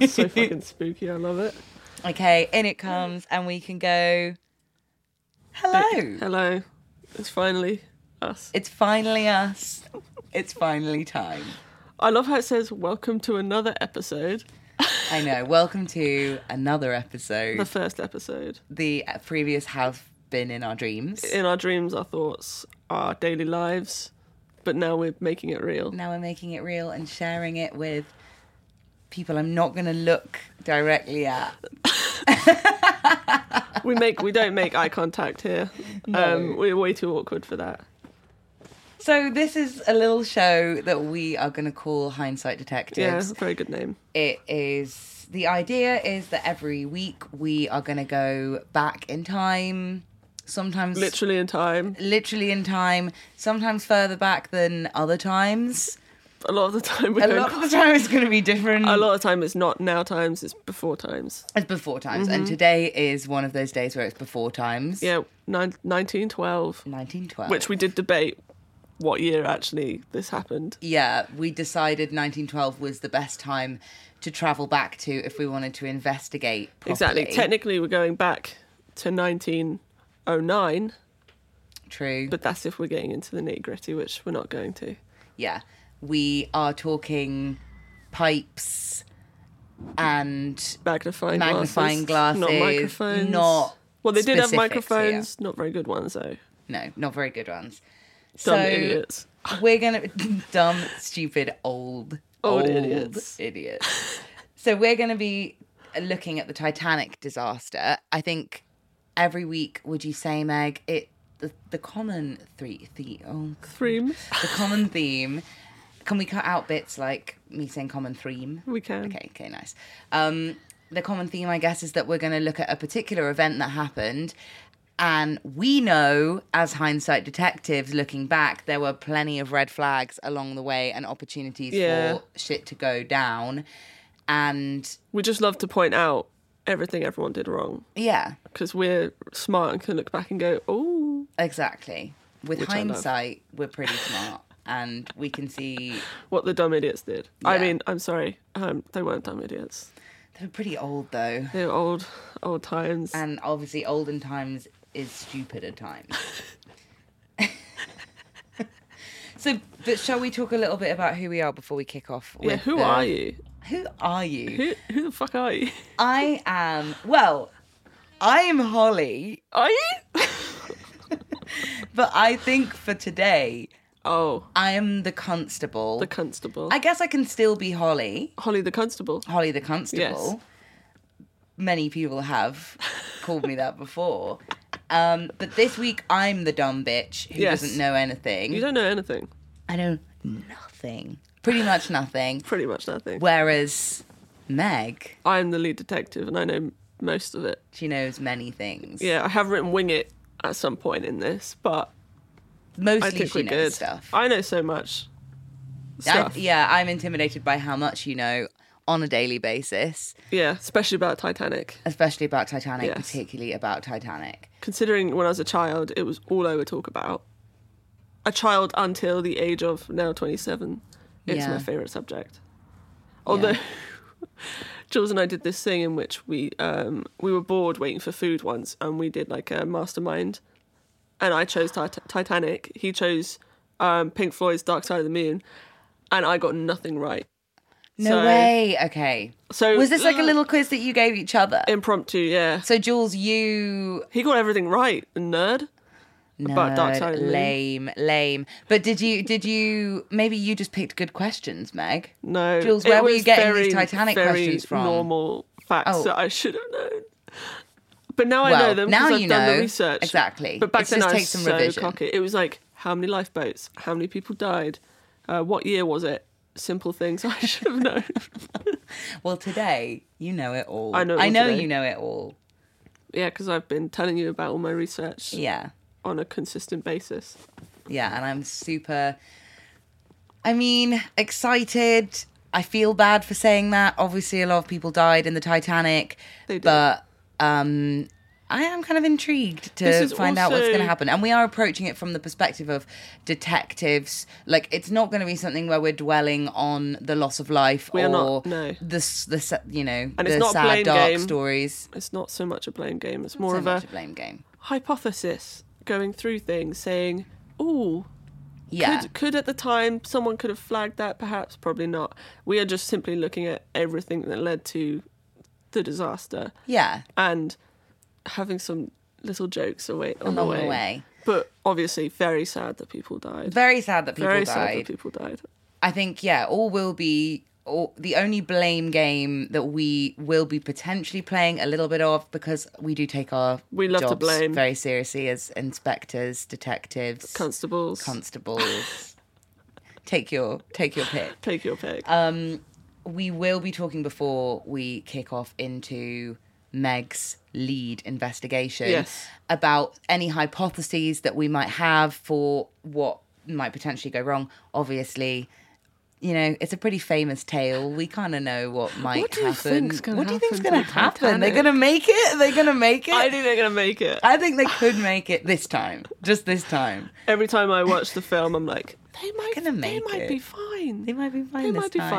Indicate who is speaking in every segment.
Speaker 1: That's so fucking spooky. I love it.
Speaker 2: Okay, in it comes, and we can go. Hello.
Speaker 1: Hello. It's finally us.
Speaker 2: It's finally us. It's finally time.
Speaker 1: I love how it says "Welcome to another episode."
Speaker 2: I know. Welcome to another
Speaker 1: The
Speaker 2: episode.
Speaker 1: first episode
Speaker 2: The previous house been in our dreams.
Speaker 1: in our dreams, our thoughts, our daily lives, but now we're making it real.
Speaker 2: Now we're making it real and sharing it with people I'm not going to look directly at.
Speaker 1: We make we don't make eye contact here. Um, we're way too awkward for that.
Speaker 2: So this is a little show that we are going to call Hindsight
Speaker 1: Yeah,
Speaker 2: Detectives.
Speaker 1: very good name.
Speaker 2: It is the idea is that every week we are going to go back in time, sometimes
Speaker 1: Literally in time.
Speaker 2: literally in time, sometimes further back than other times.
Speaker 1: A lot of the time we
Speaker 2: A
Speaker 1: don't.
Speaker 2: lot of the time it's going to be different.
Speaker 1: a lot of time it's not now times. It's before times.
Speaker 2: It's before times, and today is one of those days where it's before times.
Speaker 1: Mm-hmm. Yeah, nine, 1912,
Speaker 2: 1912.
Speaker 1: which we did debate what year actually this happened.
Speaker 2: yeah, we decided 1912 was the best time to travel back to if we wanted to investigate. Properly.
Speaker 1: Exactly. Technically, we're going back to 1909,
Speaker 2: True.
Speaker 1: but that's if we're getting into the nitty gritty, which we're not going to.
Speaker 2: yeah, we are talking pipes and
Speaker 1: Magnifying
Speaker 2: Magnifying
Speaker 1: glasses,
Speaker 2: glasses,
Speaker 1: not microphones.
Speaker 2: not
Speaker 1: well, they did have
Speaker 2: specifics here.
Speaker 1: microphones, not very good ones though.
Speaker 2: no, not very good ones.
Speaker 1: Dumb
Speaker 2: so
Speaker 1: idiots.
Speaker 2: we're gonna dumb, stupid, old,
Speaker 1: Old idiots.
Speaker 2: idiots. so we're gonna be looking at the Titanic disaster. I think every week, would you say, Meg? It the, the common three the oh,
Speaker 1: Threem.
Speaker 2: the common theme. Can we cut out bits like me saying common theme?
Speaker 1: We can.
Speaker 2: Okay, okay, nice. Um, the common theme, I guess, is that we're going to look at a particular event that happened. And we know, as hindsight detectives, looking back, there were plenty of red flags along the way and opportunities
Speaker 1: Yeah.
Speaker 2: for shit to go down. And
Speaker 1: We just love to point out everything everyone did wrong
Speaker 2: yeah,
Speaker 1: because we're smart and can look back and go, oh,
Speaker 2: exactly. With
Speaker 1: Which I love.
Speaker 2: hindsight, we're pretty smart and we can see
Speaker 1: what the dumb idiots did. I
Speaker 2: Yeah.
Speaker 1: mean, I'm sorry, um, they weren't dumb idiots.
Speaker 2: they're pretty old though.
Speaker 1: They were old, old times.
Speaker 2: And obviously, olden times is stupid at times. so, but shall we talk a little bit about who we are before we kick off?
Speaker 1: yeah,
Speaker 2: with
Speaker 1: who
Speaker 2: the-
Speaker 1: are you?
Speaker 2: Who are you?
Speaker 1: Who, who the fuck are you?
Speaker 2: I am. Well, I am Holly,
Speaker 1: Are you?
Speaker 2: but I think for today,
Speaker 1: oh,
Speaker 2: I am the constable.
Speaker 1: the constable.
Speaker 2: I guess I can still be Holly.
Speaker 1: Holly the constable.
Speaker 2: Holly the Constable. Many people have called me that before. Um, but this week I'm the dumb bitch who
Speaker 1: Yes.
Speaker 2: doesn't know anything.
Speaker 1: You don't know anything.
Speaker 2: I know nothing. Pretty much nothing.
Speaker 1: Pretty much nothing.
Speaker 2: Whereas Meg,
Speaker 1: I'm the lead detective and I know most of it.
Speaker 2: she knows many things.
Speaker 1: Yeah, I have written wing it at some point in this, but I
Speaker 2: Mostly
Speaker 1: think
Speaker 2: she
Speaker 1: we're
Speaker 2: knows
Speaker 1: good.
Speaker 2: stuff.
Speaker 1: I know so much stuff.
Speaker 2: I, yeah, I'm intimidated by how much you know on a daily basis,
Speaker 1: yeah, especially about Titanic.
Speaker 2: especially about Titanic,
Speaker 1: Yes.
Speaker 2: particularly about Titanic.
Speaker 1: Considering when I was a child, it was all I would talk about. A child until the age of now 27. It's
Speaker 2: Yeah.
Speaker 1: my favourite subject. Although, Jules and I did this thing in which we um, we were bored waiting for food once and we did like a mastermind. And I chose Tit- Titanic. He chose um, Pink Floyd's Dark Side of the Moon. And I got nothing right.
Speaker 2: No
Speaker 1: So-
Speaker 2: way. Okay.
Speaker 1: So
Speaker 2: Was this like a little quiz that you gave each other?
Speaker 1: impromptu? Yeah,
Speaker 2: So Jules, you
Speaker 1: he got everything right. the Nerd. About Dark
Speaker 2: nerd,
Speaker 1: Side of the Moon.
Speaker 2: lame, lame. But did you did you maybe you just picked good questions, Meg?
Speaker 1: No,
Speaker 2: Jules,
Speaker 1: it
Speaker 2: where were you
Speaker 1: was
Speaker 2: getting these
Speaker 1: very,
Speaker 2: Titanic
Speaker 1: very
Speaker 2: questions from?
Speaker 1: Normal facts
Speaker 2: Oh.
Speaker 1: that I should have known. But now I
Speaker 2: Well,
Speaker 1: know them
Speaker 2: now
Speaker 1: because I've
Speaker 2: you
Speaker 1: done
Speaker 2: know.
Speaker 1: the research.
Speaker 2: Exactly.
Speaker 1: But back
Speaker 2: It's
Speaker 1: then
Speaker 2: just
Speaker 1: I was
Speaker 2: take some
Speaker 1: so
Speaker 2: revision.
Speaker 1: cocky. It was like how many lifeboats, how many people died, uh, what year was it? Simple things I should have known.
Speaker 2: Well, today you know it all.
Speaker 1: I know it
Speaker 2: I
Speaker 1: all
Speaker 2: know
Speaker 1: today.
Speaker 2: you know it all.
Speaker 1: yeah, because I've been telling you about all my research
Speaker 2: Yeah,
Speaker 1: on a consistent basis.
Speaker 2: yeah. And I'm super. I mean, excited. I feel bad for saying that. Obviously, a lot of people died in the Titanic,
Speaker 1: They did.
Speaker 2: but um, I am kind of intrigued
Speaker 1: This
Speaker 2: to
Speaker 1: is
Speaker 2: find out what's
Speaker 1: also-
Speaker 2: going to happen. And we are approaching it from the perspective of detectives. Like, it's not going to be something where we're dwelling on the loss of life
Speaker 1: We are
Speaker 2: or
Speaker 1: not, no.
Speaker 2: the, s- the, s- you know,
Speaker 1: And
Speaker 2: the
Speaker 1: it's not a blame
Speaker 2: sad, dark
Speaker 1: game.
Speaker 2: stories.
Speaker 1: It's not so much a blame game. It's more
Speaker 2: so
Speaker 1: of
Speaker 2: much
Speaker 1: a
Speaker 2: a blame game.
Speaker 1: hypothesis going through things, saying, "Oh,
Speaker 2: Yeah.
Speaker 1: could could at the time someone could have flagged that? Perhaps, probably not. We are just simply looking at everything that led to the disaster
Speaker 2: yeah.
Speaker 1: and having some little jokes away on
Speaker 2: Along
Speaker 1: the way.
Speaker 2: the way.
Speaker 1: But obviously, very sad that people died.
Speaker 2: Very sad that people
Speaker 1: very sad
Speaker 2: died.
Speaker 1: that people died.
Speaker 2: I think yeah, all will be all, the only blame game that we will be potentially playing a little bit of because we do take our
Speaker 1: We love to
Speaker 2: jobs
Speaker 1: blame.
Speaker 2: very seriously as inspectors, detectives,
Speaker 1: Constables,
Speaker 2: constables. take your take your pick.
Speaker 1: take your pick.
Speaker 2: Uh, We will be talking before we kick off into Meg's lead investigation
Speaker 1: Yes.
Speaker 2: about any hypotheses that we might have for what might potentially go wrong. Obviously, you know, it's a pretty famous tale. We kind of know what might
Speaker 1: What do you
Speaker 2: happen.
Speaker 1: think's gonna
Speaker 2: what do you think's
Speaker 1: happen
Speaker 2: going to
Speaker 1: to the
Speaker 2: happen? They're
Speaker 1: Titanic?
Speaker 2: going to make it? They're going to make it?
Speaker 1: I
Speaker 2: I,
Speaker 1: think they're gonna make it.
Speaker 2: think they could make it this time. Just this time.
Speaker 1: Every time I watch the film, I'm like, they might,
Speaker 2: gonna
Speaker 1: they
Speaker 2: make
Speaker 1: might
Speaker 2: it.
Speaker 1: be fine.
Speaker 2: They might be fine.
Speaker 1: They
Speaker 2: this
Speaker 1: might be
Speaker 2: time.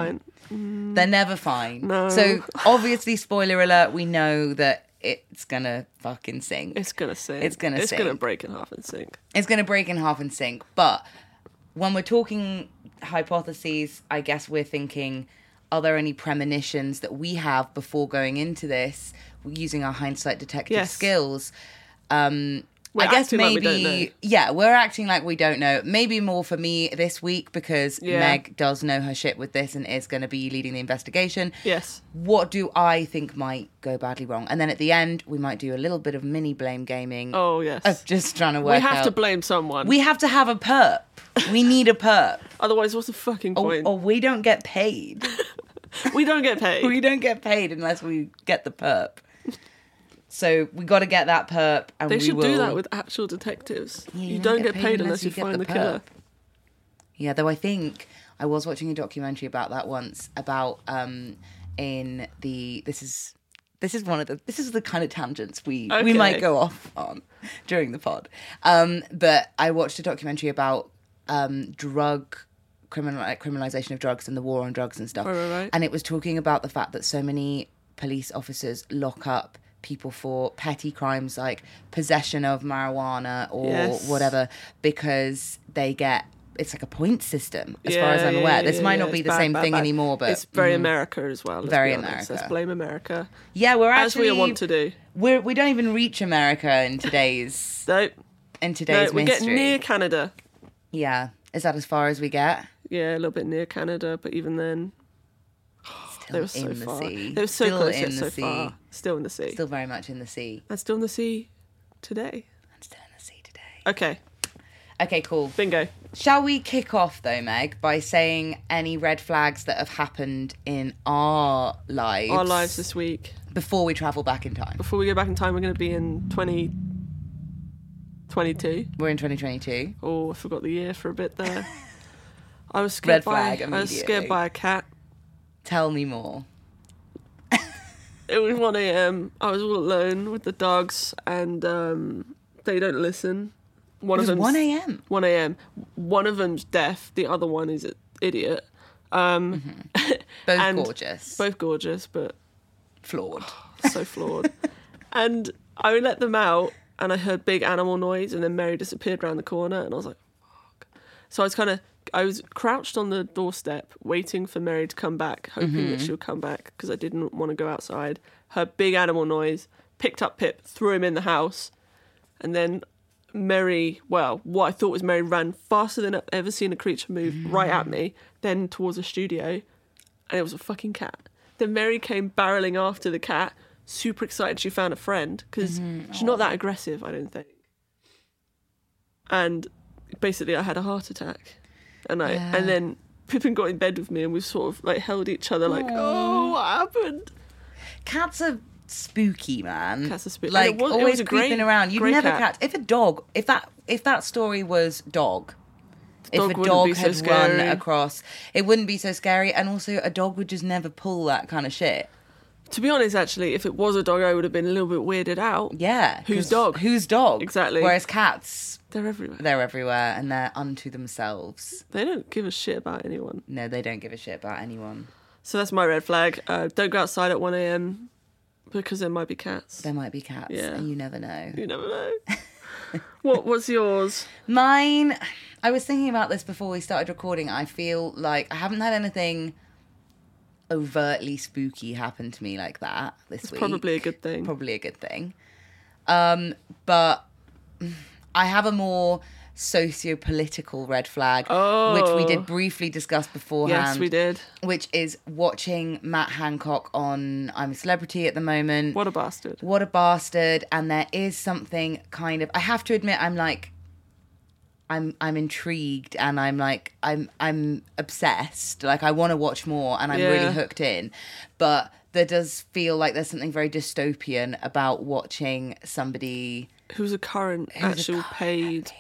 Speaker 1: fine.
Speaker 2: They're never fine.
Speaker 1: No.
Speaker 2: So obviously, spoiler alert, we know that it's gonna fucking sink. It's,
Speaker 1: It's gonna sink.
Speaker 2: It's gonna
Speaker 1: It's gonna
Speaker 2: sink.
Speaker 1: break in half and sink.
Speaker 2: gonna break in half and sink. But when we're talking hypotheses, I guess we're thinking, are there any premonitions that we have before going into this using our hindsight detective
Speaker 1: Yes.
Speaker 2: skills? Um
Speaker 1: We're
Speaker 2: I guess
Speaker 1: acting like we
Speaker 2: maybe
Speaker 1: don't know.
Speaker 2: yeah, we're acting like we don't know. Maybe more for me this week because
Speaker 1: Yeah.
Speaker 2: Meg does know her shit with this and is going to be leading the investigation.
Speaker 1: Yes.
Speaker 2: what do I think might go badly wrong? And then at the end, we might do a little bit of mini blame gaming
Speaker 1: Oh yes.
Speaker 2: of just trying to work
Speaker 1: we have
Speaker 2: out.
Speaker 1: to blame someone.
Speaker 2: we have to have a perp. We need a perp,
Speaker 1: Otherwise, what's the fucking
Speaker 2: or,
Speaker 1: point?
Speaker 2: or we don't get paid.
Speaker 1: We don't get paid.
Speaker 2: we don't get paid unless we get the perp. So we got to get that perp, and
Speaker 1: they
Speaker 2: we
Speaker 1: should
Speaker 2: will.
Speaker 1: do that with actual detectives.
Speaker 2: Yeah,
Speaker 1: you, don't get paid, unless you,
Speaker 2: get
Speaker 1: find
Speaker 2: the
Speaker 1: the, killer.
Speaker 2: perp. Yeah, though I think I was watching a documentary about that once about um in the this is this is one of the this is the kind of tangents we we
Speaker 1: Okay.
Speaker 2: might go off on during the pod. Um but I watched a documentary about um drug criminal like criminalization of drugs and the war on drugs and stuff.
Speaker 1: Right, right, right.
Speaker 2: And it was talking about the fact that so many police officers lock up people for petty crimes like possession of marijuana or
Speaker 1: Yes.
Speaker 2: whatever uh, because they get it's like a point system as far as
Speaker 1: Yeah,
Speaker 2: I'm
Speaker 1: yeah,
Speaker 2: aware.
Speaker 1: yeah,
Speaker 2: this
Speaker 1: yeah,
Speaker 2: might
Speaker 1: yeah.
Speaker 2: not be
Speaker 1: It's
Speaker 2: the
Speaker 1: bad,
Speaker 2: same
Speaker 1: bad,
Speaker 2: thing
Speaker 1: bad.
Speaker 2: anymore, but mm.
Speaker 1: it's very America as well. let's
Speaker 2: Very
Speaker 1: be honest. Let's
Speaker 2: America.
Speaker 1: blame America,
Speaker 2: yeah, we're
Speaker 1: as we
Speaker 2: actually
Speaker 1: are want to do.
Speaker 2: We're, we don't even reach America in today's
Speaker 1: No,
Speaker 2: in
Speaker 1: no,
Speaker 2: today's
Speaker 1: we get
Speaker 2: mystery.
Speaker 1: near Canada.
Speaker 2: yeah, is that as far as we get?
Speaker 1: Yeah, a little bit near Canada, but even then,
Speaker 2: Still
Speaker 1: they were so
Speaker 2: in the
Speaker 1: far.
Speaker 2: sea.
Speaker 1: They were so
Speaker 2: Still
Speaker 1: close
Speaker 2: in
Speaker 1: yet
Speaker 2: the
Speaker 1: so
Speaker 2: sea.
Speaker 1: far. Still in the sea.
Speaker 2: Still very much in the sea.
Speaker 1: And still in the sea today.
Speaker 2: I'm still in the sea today.
Speaker 1: Okay,
Speaker 2: Okay, cool.
Speaker 1: bingo.
Speaker 2: Shall we kick off though, Meg, by saying any red flags that have happened in our lives,
Speaker 1: Our lives this week.
Speaker 2: before we travel back in time?
Speaker 1: Before we go back in time, we're going to be in 2022.
Speaker 2: We're in 2022.
Speaker 1: Oh, I forgot the year for a bit there. I was scared
Speaker 2: Red
Speaker 1: by
Speaker 2: flag
Speaker 1: I was scared
Speaker 2: immediately.
Speaker 1: by a cat.
Speaker 2: Tell me more.
Speaker 1: It was 1 a.m. I was all alone with the dogs, and um, they don't listen. One
Speaker 2: It
Speaker 1: of them
Speaker 2: was 1 a.m.
Speaker 1: 1 a.m. One of them's deaf. The other one is an idiot.
Speaker 2: Both
Speaker 1: And
Speaker 2: gorgeous.
Speaker 1: Both gorgeous, but
Speaker 2: flawed.
Speaker 1: so flawed. and I let them out, and I heard big animal noise, and then Mary disappeared around the corner, and I was like, "Fuck!" So I was kind of, I was crouched on the doorstep, waiting for Mary to come back, hoping that she would come back because I didn't want to go outside. Her big animal noise picked up Pip, threw him in the house, and then. Mary, well, what I thought was Mary ran faster than I've ever seen a creature move right at me, then towards the studio and it was a fucking cat. Then Mary came barreling after the cat, super excited she found a friend because
Speaker 2: Mm-hmm.
Speaker 1: she's not that aggressive, I don't think. And basically, I had a heart attack, and I
Speaker 2: Yeah.
Speaker 1: and then Pippin got in bed with me, and we sort of like held each other, like, oh, what happened?
Speaker 2: Cats are spooky, man.
Speaker 1: Cats are spoo- and
Speaker 2: Like
Speaker 1: it was- it
Speaker 2: always
Speaker 1: was a
Speaker 2: creeping
Speaker 1: great-
Speaker 2: around. You'd
Speaker 1: great
Speaker 2: never
Speaker 1: cat.
Speaker 2: catch if a dog. If that if that story was dog.
Speaker 1: dog
Speaker 2: if a
Speaker 1: wouldn't
Speaker 2: dog
Speaker 1: be so
Speaker 2: had
Speaker 1: scary.
Speaker 2: run across, it wouldn't be so scary, and also a dog would just never pull that kind of shit.
Speaker 1: To be honest, actually, if it was a dog, I would have been a little bit weirded out.
Speaker 2: Yeah.
Speaker 1: Whose
Speaker 2: 'cause
Speaker 1: dog?
Speaker 2: Whose dog?
Speaker 1: Exactly.
Speaker 2: Whereas cats,
Speaker 1: They're everywhere.
Speaker 2: they're everywhere and they're unto themselves.
Speaker 1: They don't give a shit about anyone.
Speaker 2: No, they don't give a shit about anyone.
Speaker 1: So that's my red flag. Uh, don't go outside at 1 a.m. because there might be cats.
Speaker 2: There might be cats,
Speaker 1: Yeah.
Speaker 2: and you never know.
Speaker 1: You never know. what What's yours?
Speaker 2: Mine, I was thinking about this before we started recording. I feel like I haven't had anything overtly spooky happen to me like that this week.
Speaker 1: Probably a good thing.
Speaker 2: probably a good thing. Um, but I have a more socio-political red flag, which we
Speaker 1: Oh.
Speaker 2: did briefly discuss beforehand.
Speaker 1: yes, we did.
Speaker 2: Which is watching Matt Hancock on I'm a Celebrity at the moment.
Speaker 1: What a bastard.
Speaker 2: What a bastard! And there is something kind of. I have to admit, I'm like, I'm I'm intrigued, and I'm like, I'm I'm obsessed. Like I want to watch more, and I'm
Speaker 1: Yeah.
Speaker 2: really hooked in. But there does feel like there's something very dystopian about watching somebody.
Speaker 1: Who's a current actual paid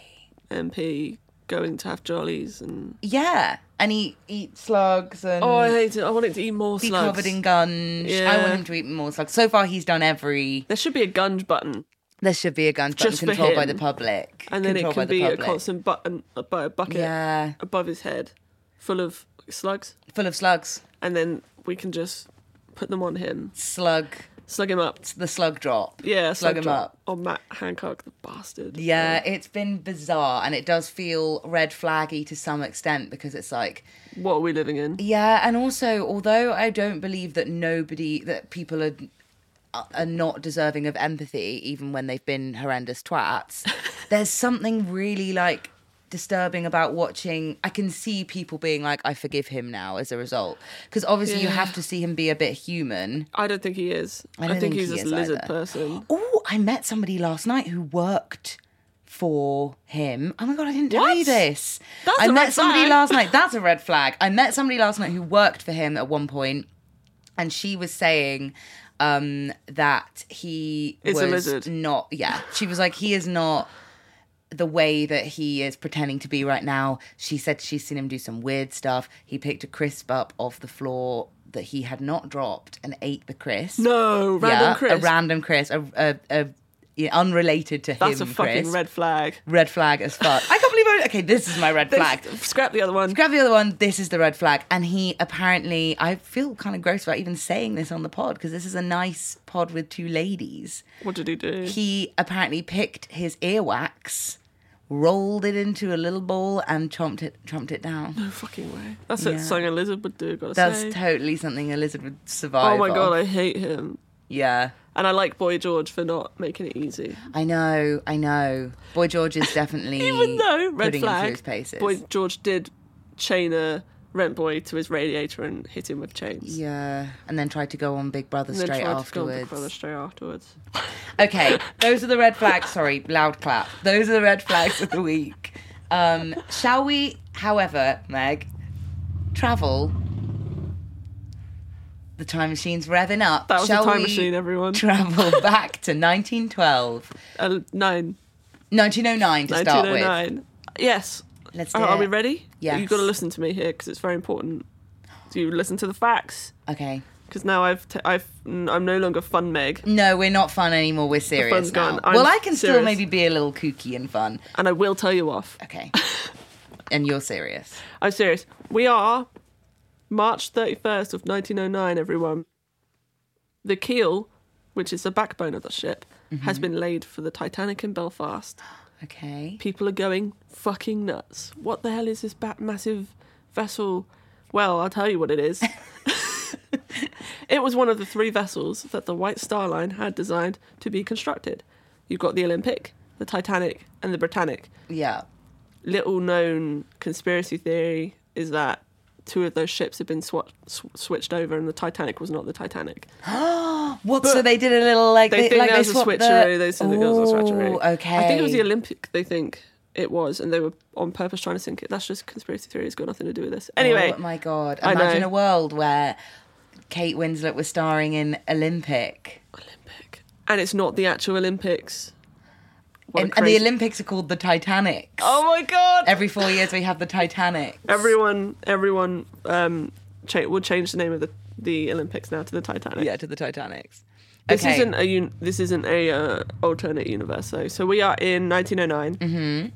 Speaker 1: MP going to have jollies and.
Speaker 2: Yeah, and he eat slugs and.
Speaker 1: Oh, I hate it. I want it to eat more
Speaker 2: Mm. be
Speaker 1: slugs.
Speaker 2: covered in gunge. I
Speaker 1: Yeah.
Speaker 2: want him to eat more slugs. So far, he's done every.
Speaker 1: There should be a gunge button,
Speaker 2: There should be a gunge button
Speaker 1: Just for
Speaker 2: controlled by
Speaker 1: him.
Speaker 2: the public.
Speaker 1: and then it
Speaker 2: Controlled by
Speaker 1: can
Speaker 2: the
Speaker 1: be a
Speaker 2: public.
Speaker 1: constant button uh, by a bucket
Speaker 2: Yeah,
Speaker 1: above his head, full of slugs,
Speaker 2: full of slugs.
Speaker 1: and then we can just put them on him,
Speaker 2: slug
Speaker 1: slug him up.
Speaker 2: the slug drop
Speaker 1: Yeah,
Speaker 2: slug him
Speaker 1: drop
Speaker 2: up
Speaker 1: on Matt Hancock, the bastard.
Speaker 2: yeah it's been bizarre and it does feel red flaggy to some extent because it's like
Speaker 1: What are we living in?
Speaker 2: yeah and also although i don't believe that nobody that people are are not deserving of empathy even when they've been horrendous twats there's something really like disturbing about watching i can see people being like i forgive him now as a result because obviously you
Speaker 1: Yeah.
Speaker 2: have to see him be a bit human
Speaker 1: I don't think he is. I,
Speaker 2: don't
Speaker 1: think,
Speaker 2: think
Speaker 1: he's
Speaker 2: he
Speaker 1: just
Speaker 2: is
Speaker 1: a lizard
Speaker 2: either.
Speaker 1: person.
Speaker 2: Oh, I met somebody last night who worked for him. Oh my god, I didn't tell
Speaker 1: What?
Speaker 2: you this.
Speaker 1: That's
Speaker 2: I
Speaker 1: a
Speaker 2: met
Speaker 1: red
Speaker 2: somebody
Speaker 1: flag.
Speaker 2: last night. That's a red flag. I met somebody last night who worked for him at one point, and she was saying um, that he
Speaker 1: It's a
Speaker 2: was
Speaker 1: lizard.
Speaker 2: not. Yeah, she was like, he is not the way that he is pretending to be right now. She said she's seen him do some weird stuff. He picked a crisp up off the floor that he had not dropped and ate the crisp.
Speaker 1: No, random
Speaker 2: yeah,
Speaker 1: Chris.
Speaker 2: a random Chris, a, a, a yeah, unrelated to
Speaker 1: That's a
Speaker 2: him.
Speaker 1: fucking
Speaker 2: Chris.
Speaker 1: red flag.
Speaker 2: Red flag as fuck. I can't believe I. Okay, this is my red flag.
Speaker 1: Scrap the other one.
Speaker 2: Grab the other one. This is the red flag. And he apparently, I feel kind of gross about even saying this on the pod because this is a nice pod with two ladies.
Speaker 1: What did he do?
Speaker 2: He apparently picked his earwax, rolled it into a little ball, and chomped it, chomped it down.
Speaker 1: no fucking way. That's what
Speaker 2: Yeah.
Speaker 1: something a lizard would do. Gotta
Speaker 2: That's
Speaker 1: say.
Speaker 2: totally something a lizard would survive.
Speaker 1: oh my god,
Speaker 2: off.
Speaker 1: I hate him.
Speaker 2: yeah.
Speaker 1: And I like Boy George for not making it easy.
Speaker 2: I know, I know. Boy George is definitely
Speaker 1: Even though red
Speaker 2: putting him through his
Speaker 1: flag,
Speaker 2: paces.
Speaker 1: Boy George did chain a rent boy to his radiator and hit him with chains.
Speaker 2: yeah, and then tried to go on Big Brother
Speaker 1: And then
Speaker 2: straight
Speaker 1: tried to film Big
Speaker 2: afterwards.
Speaker 1: Brother straight afterwards.
Speaker 2: Okay, those are the red flags. Sorry, loud clap. Those are the red flags of the week. Um, shall we, however, Meg, travel? The time machine's revving up.
Speaker 1: That was
Speaker 2: shall
Speaker 1: the time
Speaker 2: we
Speaker 1: machine, everyone.
Speaker 2: Travel back to 1912,
Speaker 1: Uh, nine.
Speaker 2: 1909 to start with.
Speaker 1: 1909. Yes.
Speaker 2: Let's do
Speaker 1: oh Are, are we
Speaker 2: it.
Speaker 1: ready?
Speaker 2: Yes.
Speaker 1: You've got to listen to me here because it's very important. Do you listen to the facts?
Speaker 2: Okay.
Speaker 1: Because now I've t- I've n- I'm no longer fun Meg,
Speaker 2: No, we're not fun anymore. We're serious
Speaker 1: fun's
Speaker 2: now.
Speaker 1: gone. I'm
Speaker 2: well, I can still
Speaker 1: serious.
Speaker 2: maybe be a little kooky and fun.
Speaker 1: and I will tell you off.
Speaker 2: Okay. and you're serious.
Speaker 1: I'm serious. We are March 31st of 1909. Everyone, the keel, which is the backbone of the ship, has
Speaker 2: Mm-hmm.
Speaker 1: been laid for the Titanic in Belfast.
Speaker 2: Okay.
Speaker 1: People are going fucking nuts. What the hell is this bat- massive vessel? Well, I'll tell you what it is. it was one of the three vessels that the White Star Line had designed to be constructed. You've got the Olympic, the Titanic, and the Britannic.
Speaker 2: Yeah.
Speaker 1: Little known conspiracy theory is that two of those ships had been swat- sw- switched over and the Titanic was not the Titanic.
Speaker 2: What? so they did a little like
Speaker 1: They,
Speaker 2: they,
Speaker 1: think
Speaker 2: like
Speaker 1: there was
Speaker 2: they
Speaker 1: a
Speaker 2: swapped
Speaker 1: switcheroo.
Speaker 2: The...
Speaker 1: They said it was a switcheroo.
Speaker 2: Ooh, Okay.
Speaker 1: I think it was the Olympic. They think it was, and they were on purpose trying to sink it. That's just conspiracy theory. It's got nothing to do with this. Anyway,
Speaker 2: Oh my god!
Speaker 1: I know.
Speaker 2: Imagine a world where Kate Winslet was starring in Olympic,
Speaker 1: Olympic, and it's not the actual Olympics. What a
Speaker 2: and, and the
Speaker 1: crazy-
Speaker 2: Olympics are called the Titanic.
Speaker 1: Oh my god!
Speaker 2: Every four years we have the Titanic.
Speaker 1: everyone, everyone, um, cha- would change the name of the the Olympics now to the Titanic.
Speaker 2: Yeah, to the Titanics.
Speaker 1: This isn't a un- this isn't a uh, alternate universe though. So we are in 1909. Mm-hmm.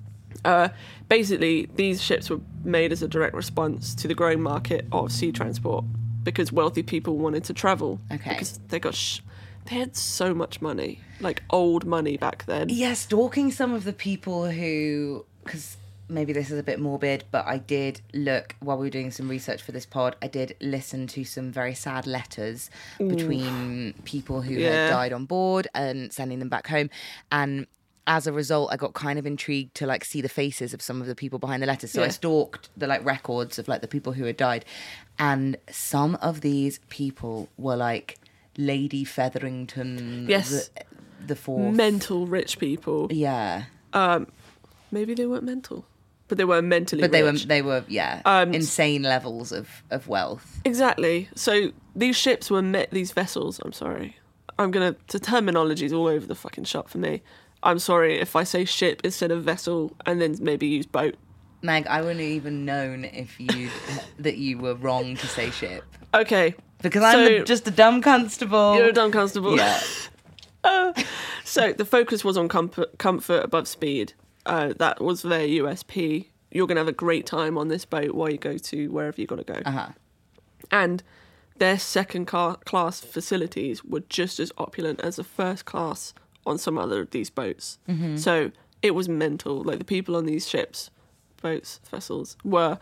Speaker 1: Uh, basically, these ships were made as a direct response to the growing market of sea transport because wealthy people wanted to travel.
Speaker 2: Okay.
Speaker 1: Because they got sh- they had so much money, like old money back then.
Speaker 2: yeah, stalking some of the people who, because maybe this is a bit morbid, but I did look while we were doing some research for this pod. I did listen to some very sad letters between people who
Speaker 1: Yeah.
Speaker 2: had died on board and sending them back home, and. As a result, I got kind of intrigued to like see the faces of some of the people behind the letters. So I
Speaker 1: Yeah.
Speaker 2: stalked the like records of like the people who had died, and some of these people were like Lady Featherington,
Speaker 1: Yes.
Speaker 2: the, the fourth,
Speaker 1: Mental rich people.
Speaker 2: yeah,
Speaker 1: Maybe they weren't mental, but they were mentally.
Speaker 2: but they were
Speaker 1: rich. Um,
Speaker 2: they were yeah insane levels of of wealth
Speaker 1: Exactly. So these ships were met these vessels. I'm sorry. I'm gonna. The terminology's all over the fucking shop for me. I'm sorry if I say ship instead of vessel and then maybe use boat.
Speaker 2: meg i wouldn't have even known if you that you were wrong to say ship
Speaker 1: Okay.
Speaker 2: because
Speaker 1: So-
Speaker 2: i'm the- just a dumb constable
Speaker 1: You're a dumb constable.
Speaker 2: Oh.
Speaker 1: Uh,
Speaker 2: yeah
Speaker 1: So the focus was on comfort, comfort above speed. Uh, that was their USP. You're gonna have a great time on this boat while you go to wherever you gotta go.
Speaker 2: uh-huh
Speaker 1: and their second car- class facilities were just as opulent as the first class on some other of these boats. So it was mental. Like the people on these ships, boats, vessels were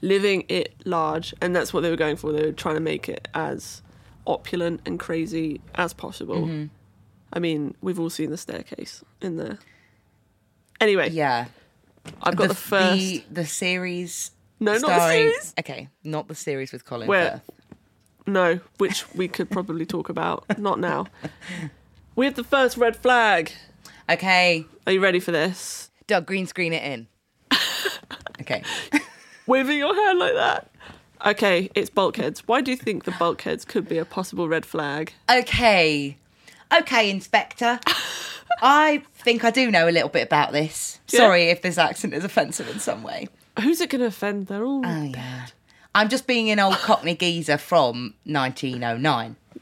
Speaker 1: living it large, and that's what they were going for. They were trying to make it as opulent and crazy as possible. I mean, we've all seen the staircase in there. Anyway,
Speaker 2: yeah
Speaker 1: I've got the, first.
Speaker 2: the, the series
Speaker 1: No, not the
Speaker 2: starring-
Speaker 1: series.
Speaker 2: okay not the series with colin
Speaker 1: Where-
Speaker 2: firth
Speaker 1: No, which we could probably talk about. Not now. We have the first red flag.
Speaker 2: okay
Speaker 1: Are you ready for this?
Speaker 2: doug green screen it in okay
Speaker 1: Waving your hand like that. Okay, it's bulkheads. Why do you think the bulkheads could be a possible red flag?
Speaker 2: okay okay inspector i think i do know a little bit about this
Speaker 1: Yeah.
Speaker 2: sorry if this accent is offensive in some way
Speaker 1: Who's it going to offend? They're all
Speaker 2: Oh yeah. I'm just being an old Cockney geezer from 1909.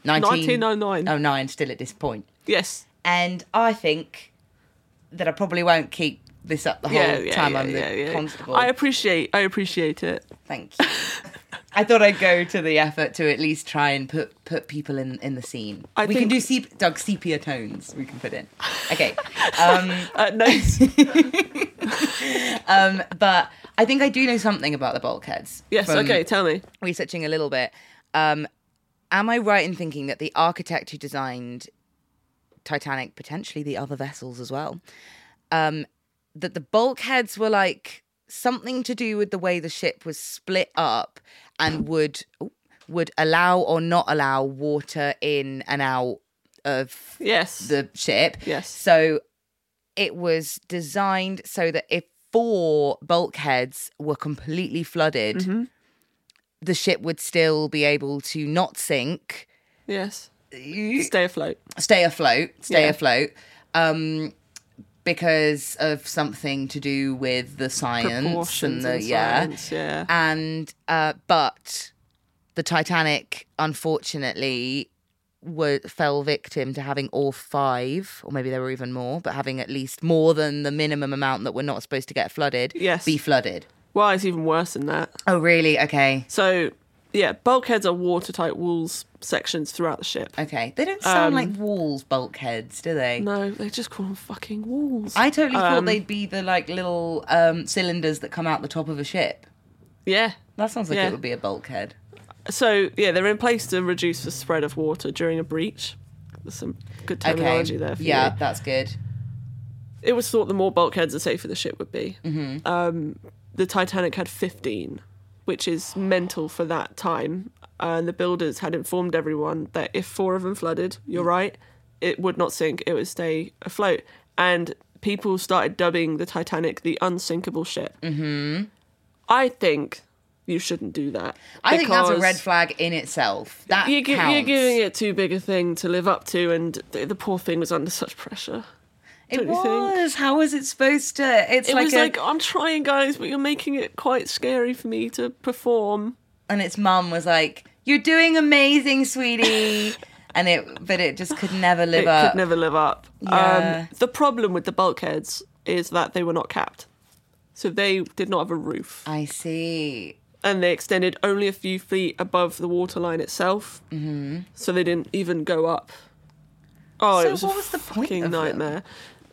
Speaker 1: 1909.
Speaker 2: 1909 still at this point.
Speaker 1: Yes.
Speaker 2: And I think that I probably won't keep this up the whole
Speaker 1: Yeah, yeah,
Speaker 2: time
Speaker 1: yeah,
Speaker 2: I'm the
Speaker 1: yeah, yeah.
Speaker 2: constable.
Speaker 1: I appreciate. I appreciate it.
Speaker 2: Thank you. I thought I'd go to the effort to at least try and put put people in, in the scene.
Speaker 1: I
Speaker 2: we can
Speaker 1: think-
Speaker 2: do sep- Doug sepia tones. We can put in. Okay. Um,
Speaker 1: Uh, notes.
Speaker 2: um, but I think I do know something about the bulkheads.
Speaker 1: Yes.
Speaker 2: from-
Speaker 1: okay. Tell me.
Speaker 2: researching a little bit. Um, am I right in thinking that the architect who designed Titanic, potentially the other vessels as well, um, that the bulkheads were like something to do with the way the ship was split up and would oh, would allow or not allow water in and out of
Speaker 1: Yes.
Speaker 2: the ship.
Speaker 1: Yes.
Speaker 2: So it was designed so that if four bulkheads were completely flooded,
Speaker 1: Mm-hmm.
Speaker 2: the ship would still be able to not sink,
Speaker 1: yes. Stay afloat.
Speaker 2: stay afloat, stay
Speaker 1: Yeah.
Speaker 2: afloat. Um because of something to do with the science and
Speaker 1: Proportions
Speaker 2: the
Speaker 1: and
Speaker 2: yeah
Speaker 1: science, yeah.
Speaker 2: and uh, but the Titanic unfortunately were, fell victim to having all five, or maybe there were even more, but having at least more than the minimum amount that were not supposed to get flooded,
Speaker 1: Yes.
Speaker 2: be flooded.
Speaker 1: Well, it's even worse than that.
Speaker 2: Oh, really? Okay,
Speaker 1: So, yeah, bulkheads are watertight walls sections throughout the ship.
Speaker 2: okay. They don't sound like walls, bulkheads, do they?
Speaker 1: Um, No, Um, they just call them fucking walls.
Speaker 2: I totally thought they'd be the like little um, cylinders that come out the top of a ship.
Speaker 1: yeah.
Speaker 2: That sounds like
Speaker 1: Yeah.
Speaker 2: it would be a bulkhead.
Speaker 1: So yeah, they're in place to reduce the spread of water during a breach. There's some good terminology
Speaker 2: Okay,
Speaker 1: there. For
Speaker 2: yeah,
Speaker 1: you.
Speaker 2: that's good.
Speaker 1: It was thought the more bulkheads, the safer the ship would be. Um,
Speaker 2: Mm-hmm.
Speaker 1: the Titanic had 15, which is mental for that time. And the builders had informed everyone that if four of them flooded,
Speaker 2: Mm.
Speaker 1: you're right, it would not sink, it would stay afloat. And people started dubbing the Titanic the unsinkable ship. Mm-hmm. I think you shouldn't do that.
Speaker 2: I think that's a
Speaker 1: because-
Speaker 2: red flag in itself. That
Speaker 1: you're, gi- you're
Speaker 2: counts.
Speaker 1: giving it too big a thing to live up to, and th- the poor thing was under such pressure.
Speaker 2: It
Speaker 1: don't you think?
Speaker 2: was. How was it supposed to? It's
Speaker 1: It
Speaker 2: like,
Speaker 1: was
Speaker 2: a,
Speaker 1: like, I'm trying, guys, but you're making it quite scary for me to perform.
Speaker 2: and its mum was like, You're doing amazing, sweetie. and it, but it just could never live
Speaker 1: it
Speaker 2: up.
Speaker 1: could never live up.
Speaker 2: Yeah.
Speaker 1: Um, the problem with the bulkheads is that they were not capped. So they did not have a roof.
Speaker 2: I see.
Speaker 1: And they extended only a few feet above the waterline itself. Mm-hmm. So they didn't even go up. Oh,
Speaker 2: So
Speaker 1: it was
Speaker 2: what
Speaker 1: a
Speaker 2: was the point
Speaker 1: fucking
Speaker 2: of them?
Speaker 1: nightmare.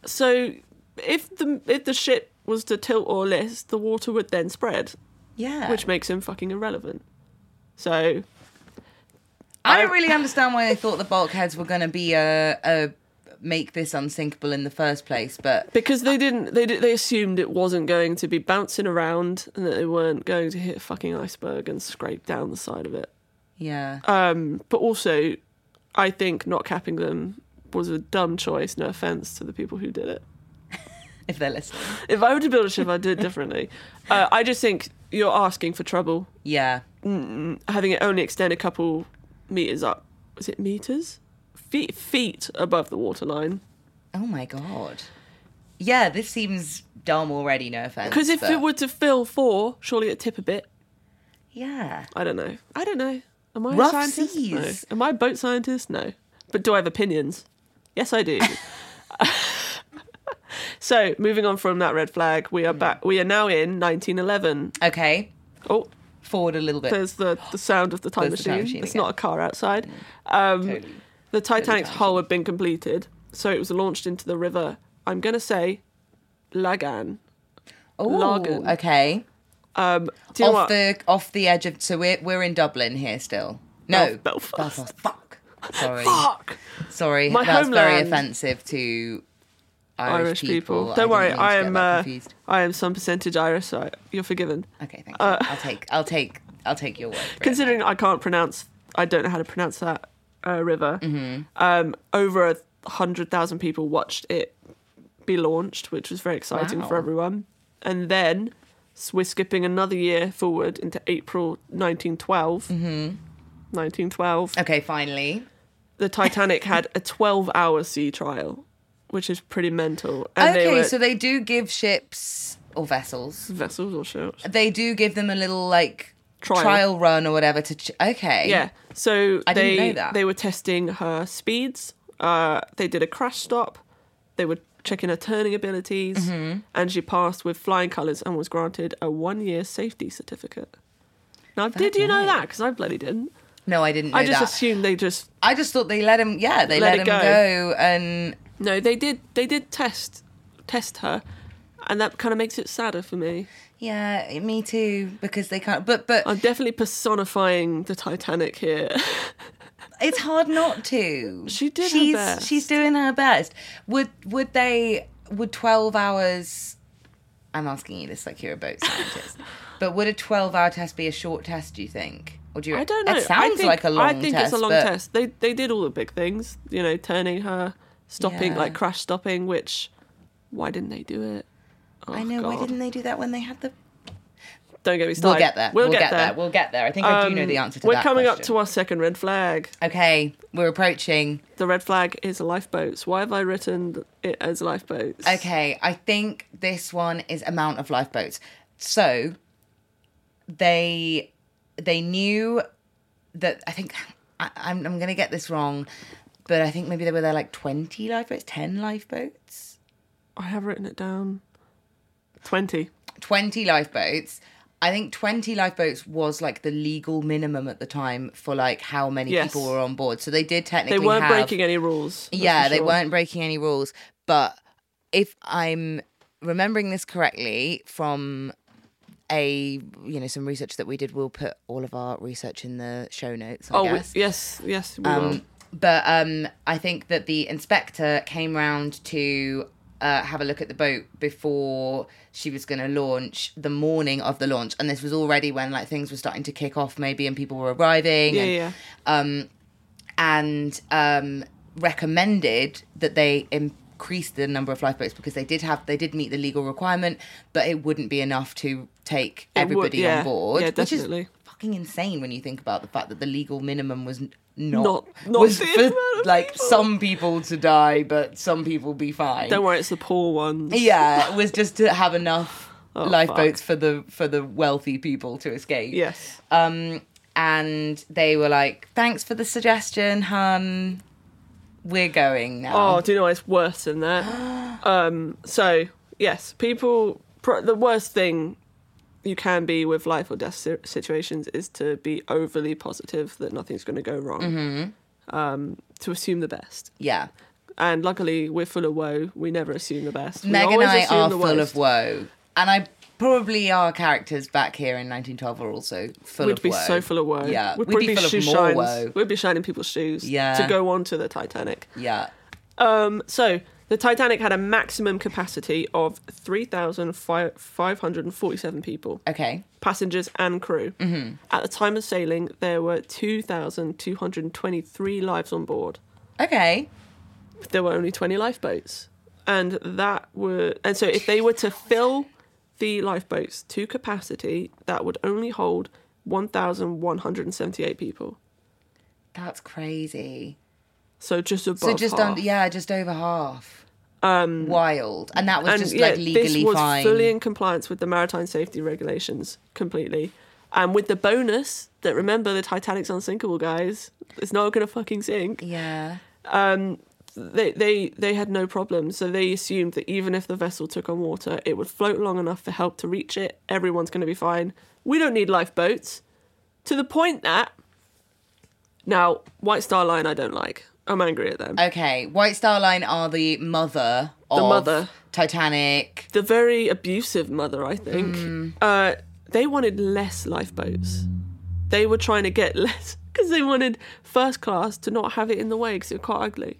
Speaker 1: So if the if the ship was to tilt or list, the water would then spread,
Speaker 2: Yeah.
Speaker 1: which makes him fucking irrelevant. So
Speaker 2: I don't
Speaker 1: I-
Speaker 2: really understand why they thought the bulkheads were going to be a, a make this unsinkable in the first place, but
Speaker 1: because they didn't they did, they assumed it wasn't going to be bouncing around and that they weren't going to hit a fucking iceberg and scrape down the side of it
Speaker 2: yeah.
Speaker 1: um but also i think not capping them was a dumb choice no offense to the people who did it
Speaker 2: if they're listening.
Speaker 1: if i were to build a ship i'd do it differently uh, i just think you're asking for trouble
Speaker 2: Yeah.
Speaker 1: having it only extend a couple meters up was it meters feet feet above the waterline
Speaker 2: Oh my god. Yeah, this seems dumb already, no offense.
Speaker 1: because if
Speaker 2: but-
Speaker 1: it were to fill four surely it'd tip a bit
Speaker 2: Yeah.
Speaker 1: I don't know. I don't know. Am I
Speaker 2: Rough
Speaker 1: a scientist?
Speaker 2: seas.
Speaker 1: No. Am I a boat scientist? No. But do I have opinions? Yes, I do. so, moving on from that red flag, we
Speaker 2: Hmm.
Speaker 1: are back. We are now in 1911.
Speaker 2: Okay.
Speaker 1: Oh,
Speaker 2: Forward a little bit.
Speaker 1: there's the, the sound of the time,
Speaker 2: There's
Speaker 1: machine.
Speaker 2: the time machine
Speaker 1: It's
Speaker 2: again. Hmm.
Speaker 1: not a car outside. Um,
Speaker 2: Totally.
Speaker 1: The Titanic's
Speaker 2: time
Speaker 1: hull had been completed, so it was launched into the river. I'm going to say Lagan.
Speaker 2: Oh,
Speaker 1: Lagan.
Speaker 2: okay.
Speaker 1: Um, do you know what?
Speaker 2: Off the off the edge of so we're we're in Dublin here still. No.
Speaker 1: Belf- Belfast.
Speaker 2: Fuck. Sorry.
Speaker 1: Fuck!
Speaker 2: Sorry.
Speaker 1: My
Speaker 2: That's very
Speaker 1: homeland.
Speaker 2: offensive to Irish,
Speaker 1: Irish people.
Speaker 2: people.
Speaker 1: Don't
Speaker 2: didn't
Speaker 1: worry,
Speaker 2: mean to
Speaker 1: I
Speaker 2: get
Speaker 1: am
Speaker 2: that
Speaker 1: uh,
Speaker 2: confused.
Speaker 1: I am some percentage Irish, so I- you're forgiven.
Speaker 2: Okay, thank you.
Speaker 1: uh,
Speaker 2: I'll take I'll take I'll take your word. for it.
Speaker 1: Considering I can't pronounce, I don't know how to pronounce that uh, river.
Speaker 2: Mm-hmm.
Speaker 1: Um, over a hundred thousand people watched it be launched, which was very exciting for
Speaker 2: Wow.
Speaker 1: everyone. And then so we're skipping another year forward into April 1912. Mm-hmm. 1912.
Speaker 2: Okay, finally.
Speaker 1: The Titanic had a 12-hour sea trial, which is pretty mental. And
Speaker 2: okay,
Speaker 1: they were
Speaker 2: so they do give ships or vessels.
Speaker 1: vessels or ships.
Speaker 2: They do give them a little like trial,
Speaker 1: Trial.
Speaker 2: run or whatever to. Ch- okay.
Speaker 1: Yeah. So
Speaker 2: I
Speaker 1: they
Speaker 2: didn't know that.
Speaker 1: they were testing her speeds. Uh, they did a crash stop. They were checking her turning abilities,
Speaker 2: Mm-hmm.
Speaker 1: and she passed with flying colours and was granted a one-year safety certificate. Now, did you know
Speaker 2: hell.
Speaker 1: that? Because I bloody didn't.
Speaker 2: No, I didn't know
Speaker 1: I just
Speaker 2: that.
Speaker 1: assumed they just
Speaker 2: I just thought they let him. Yeah, they
Speaker 1: Let
Speaker 2: let, him
Speaker 1: it
Speaker 2: go.
Speaker 1: go.
Speaker 2: and
Speaker 1: no. They did. They did test test her, and that kind of makes it sadder for me.
Speaker 2: yeah, me too. Because they can't. But but
Speaker 1: I'm definitely personifying the Titanic here.
Speaker 2: it's hard not to.
Speaker 1: She did her
Speaker 2: She's
Speaker 1: best.
Speaker 2: she's doing her best. Would would they? Would twelve hours? I'm asking you this like you're a boat scientist. but would a twelve hour test be a short test? Do you think? Or do you?
Speaker 1: I don't know.
Speaker 2: It sounds
Speaker 1: I think,
Speaker 2: like a long
Speaker 1: I think
Speaker 2: test.
Speaker 1: it's a long
Speaker 2: but-
Speaker 1: test. They they did all the big things, you know, turning her, stopping
Speaker 2: Yeah.
Speaker 1: like crash stopping. Which why didn't they do it? Oh,
Speaker 2: I know. Why
Speaker 1: God.
Speaker 2: didn't they do that when they had the?
Speaker 1: Don't get me started.
Speaker 2: We'll get there. We'll, get, there. We'll get there. I think I do know
Speaker 1: Um,
Speaker 2: the answer to
Speaker 1: We're
Speaker 2: that.
Speaker 1: coming up to our second red flag.
Speaker 2: to. Okay, we're approaching.
Speaker 1: The red flag is lifeboats. Why have I written it as lifeboats?
Speaker 2: Okay, I think this one is amount of lifeboats. So they they knew that I think I, I'm I'm gonna get this wrong, but I think maybe there were there like twenty lifeboats, ten lifeboats,
Speaker 1: I have written it down. Twenty.
Speaker 2: twenty lifeboats. I think 20 lifeboats was like the legal minimum at the time for like how many
Speaker 1: Yes.
Speaker 2: people were on board. So they did
Speaker 1: They
Speaker 2: technically
Speaker 1: weren't
Speaker 2: have-
Speaker 1: breaking any rules. that's
Speaker 2: yeah,
Speaker 1: for
Speaker 2: they
Speaker 1: sure.
Speaker 2: weren't breaking any rules. But if I'm remembering this correctly from a you know some research that we did, we'll put all of our research in the show notes. I
Speaker 1: Oh
Speaker 2: guess.
Speaker 1: we- yes, yes. We will.
Speaker 2: Um, but um, I think that the inspector came round to uh, have a look at the boat before she was going to launch the morning of the launch, and this was already when like things were starting to kick off, maybe, and people were arriving.
Speaker 1: Yeah,
Speaker 2: and,
Speaker 1: yeah.
Speaker 2: Um, and um, recommended that they increase the number of lifeboats because they did have they did meet the legal requirement, but it wouldn't be enough to take
Speaker 1: It would-
Speaker 2: everybody
Speaker 1: yeah,
Speaker 2: on board,
Speaker 1: yeah,
Speaker 2: which is
Speaker 1: definitely.
Speaker 2: fucking insane when you think about the fact that the legal minimum was n- not,
Speaker 1: Not- not
Speaker 2: was
Speaker 1: the
Speaker 2: for,
Speaker 1: amount of
Speaker 2: like
Speaker 1: people.
Speaker 2: some people to die, but some people be fine.
Speaker 1: Don't worry, it's the poor ones.
Speaker 2: yeah, it was just to have enough
Speaker 1: Oh,
Speaker 2: lifeboats for the for the wealthy people to escape.
Speaker 1: Yes.
Speaker 2: Um, and they were like, "Thanks for the suggestion, hun. We're going now."
Speaker 1: Oh, do you know what's worse than that? um, so yes, people. Pr- the worst thing you can be with life or death si- situations is to be overly positive that nothing's going to go wrong. Um,
Speaker 2: Mm-hmm.
Speaker 1: to assume the best,
Speaker 2: Yeah,
Speaker 1: and luckily we're full of woe. We never assume the best. We
Speaker 2: Meg and
Speaker 1: always
Speaker 2: I
Speaker 1: assume
Speaker 2: are
Speaker 1: the
Speaker 2: full
Speaker 1: worst.
Speaker 2: of woe, and I probably our characters back here in 1912 are also full
Speaker 1: We'd
Speaker 2: of
Speaker 1: be
Speaker 2: woe.
Speaker 1: so full of woe.
Speaker 2: Yeah,
Speaker 1: we'd,
Speaker 2: we'd
Speaker 1: probably
Speaker 2: be full
Speaker 1: shoe
Speaker 2: of more
Speaker 1: shines.
Speaker 2: woe.
Speaker 1: We'd be shining people's shoes.
Speaker 2: Yeah.
Speaker 1: to go onto the Titanic.
Speaker 2: Yeah,
Speaker 1: Um, so the Titanic had a maximum capacity of 3,547 people,
Speaker 2: okay,
Speaker 1: passengers and crew. Mm-hmm. At the time of sailing, there were 2,223 lives on board.
Speaker 2: okay.
Speaker 1: There were only 20 lifeboats. And that were and so if they were to fill the lifeboats to capacity, that would only hold 1,178 people.
Speaker 2: That's crazy.
Speaker 1: So just above
Speaker 2: So just
Speaker 1: half.
Speaker 2: under, yeah, just over half. Um, Wild, and that was just like legally
Speaker 1: this was
Speaker 2: fine.
Speaker 1: fully in compliance with the maritime safety regulations completely, and with the bonus that remember the Titanic's unsinkable, guys. It's not going to fucking sink.
Speaker 2: Yeah,
Speaker 1: They they they had no problem, so they assumed that even if the vessel took on water, it would float long enough for help to reach it. Everyone's going to be fine. We don't need lifeboats. To the point that now White Star Line, I don't like. I'm angry at them.
Speaker 2: okay. White Star Line are the mother of
Speaker 1: mother.
Speaker 2: Titanic.
Speaker 1: the very abusive mother, I think, uh, they wanted less lifeboats. They were trying to get less because they wanted first class to not have it in the way because it was quite ugly.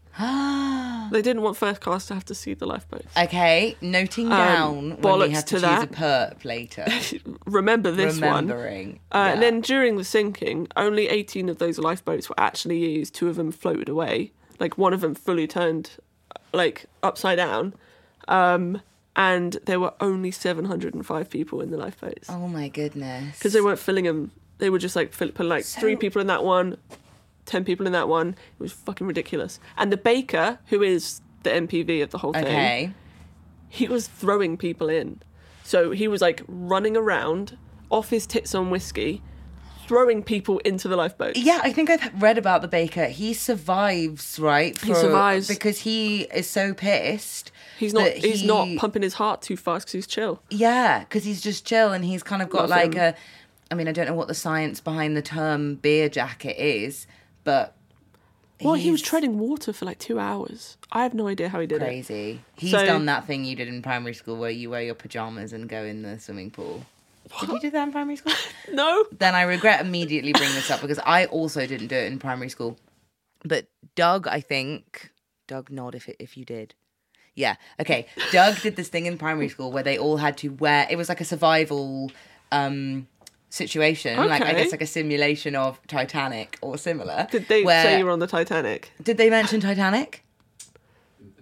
Speaker 1: they didn't want first class to have to see the lifeboats.
Speaker 2: Okay, noting down when we
Speaker 1: Um, bollocks
Speaker 2: have
Speaker 1: to
Speaker 2: to, choose
Speaker 1: that.
Speaker 2: a perp later.
Speaker 1: Remember this one.
Speaker 2: Remembering.
Speaker 1: Uh,
Speaker 2: Yeah.
Speaker 1: And then during the sinking, only 18 of those lifeboats were actually used. Two of them floated away. Like one of them fully turned, like upside down. Um, and there were only 705 people in the lifeboats.
Speaker 2: Oh my goodness.
Speaker 1: because they weren't filling them. They were just like fill, put like three people in that one, ten people in that one. It was fucking ridiculous. And the baker, who is the MPV of the whole thing,
Speaker 2: Okay.
Speaker 1: he was throwing people in. So he was like running around off his tits on whiskey, throwing people into the lifeboat.
Speaker 2: Yeah, I think I've read about the baker. He survives, right?
Speaker 1: He survives.
Speaker 2: because he is so pissed.
Speaker 1: He's not.
Speaker 2: that
Speaker 1: He's
Speaker 2: he-
Speaker 1: not pumping his heart too fast because he's chill.
Speaker 2: Yeah, because he's just chill and he's kind of
Speaker 1: Love
Speaker 2: got like
Speaker 1: him.
Speaker 2: a. I mean, I don't know what the science behind the term beer jacket is, but
Speaker 1: Well, he was
Speaker 2: he's
Speaker 1: treading water for like two hours. I have no idea how he did it.
Speaker 2: Crazy. He's
Speaker 1: So-
Speaker 2: done that thing you did in primary school where you wear your pajamas and go in the swimming pool. Did you do that in primary school?
Speaker 1: No,
Speaker 2: then I regret immediately bringing this up because I also didn't do it in primary school. But Doug, I think Doug, nod if it, if you did. Yeah. Okay. Doug did this thing in primary school where they all had to wear. It was like a survival um, situation, like I
Speaker 1: Okay.
Speaker 2: guess like a simulation of Titanic or similar.
Speaker 1: did they
Speaker 2: where-
Speaker 1: say you were on the Titanic?
Speaker 2: Did they mention Titanic?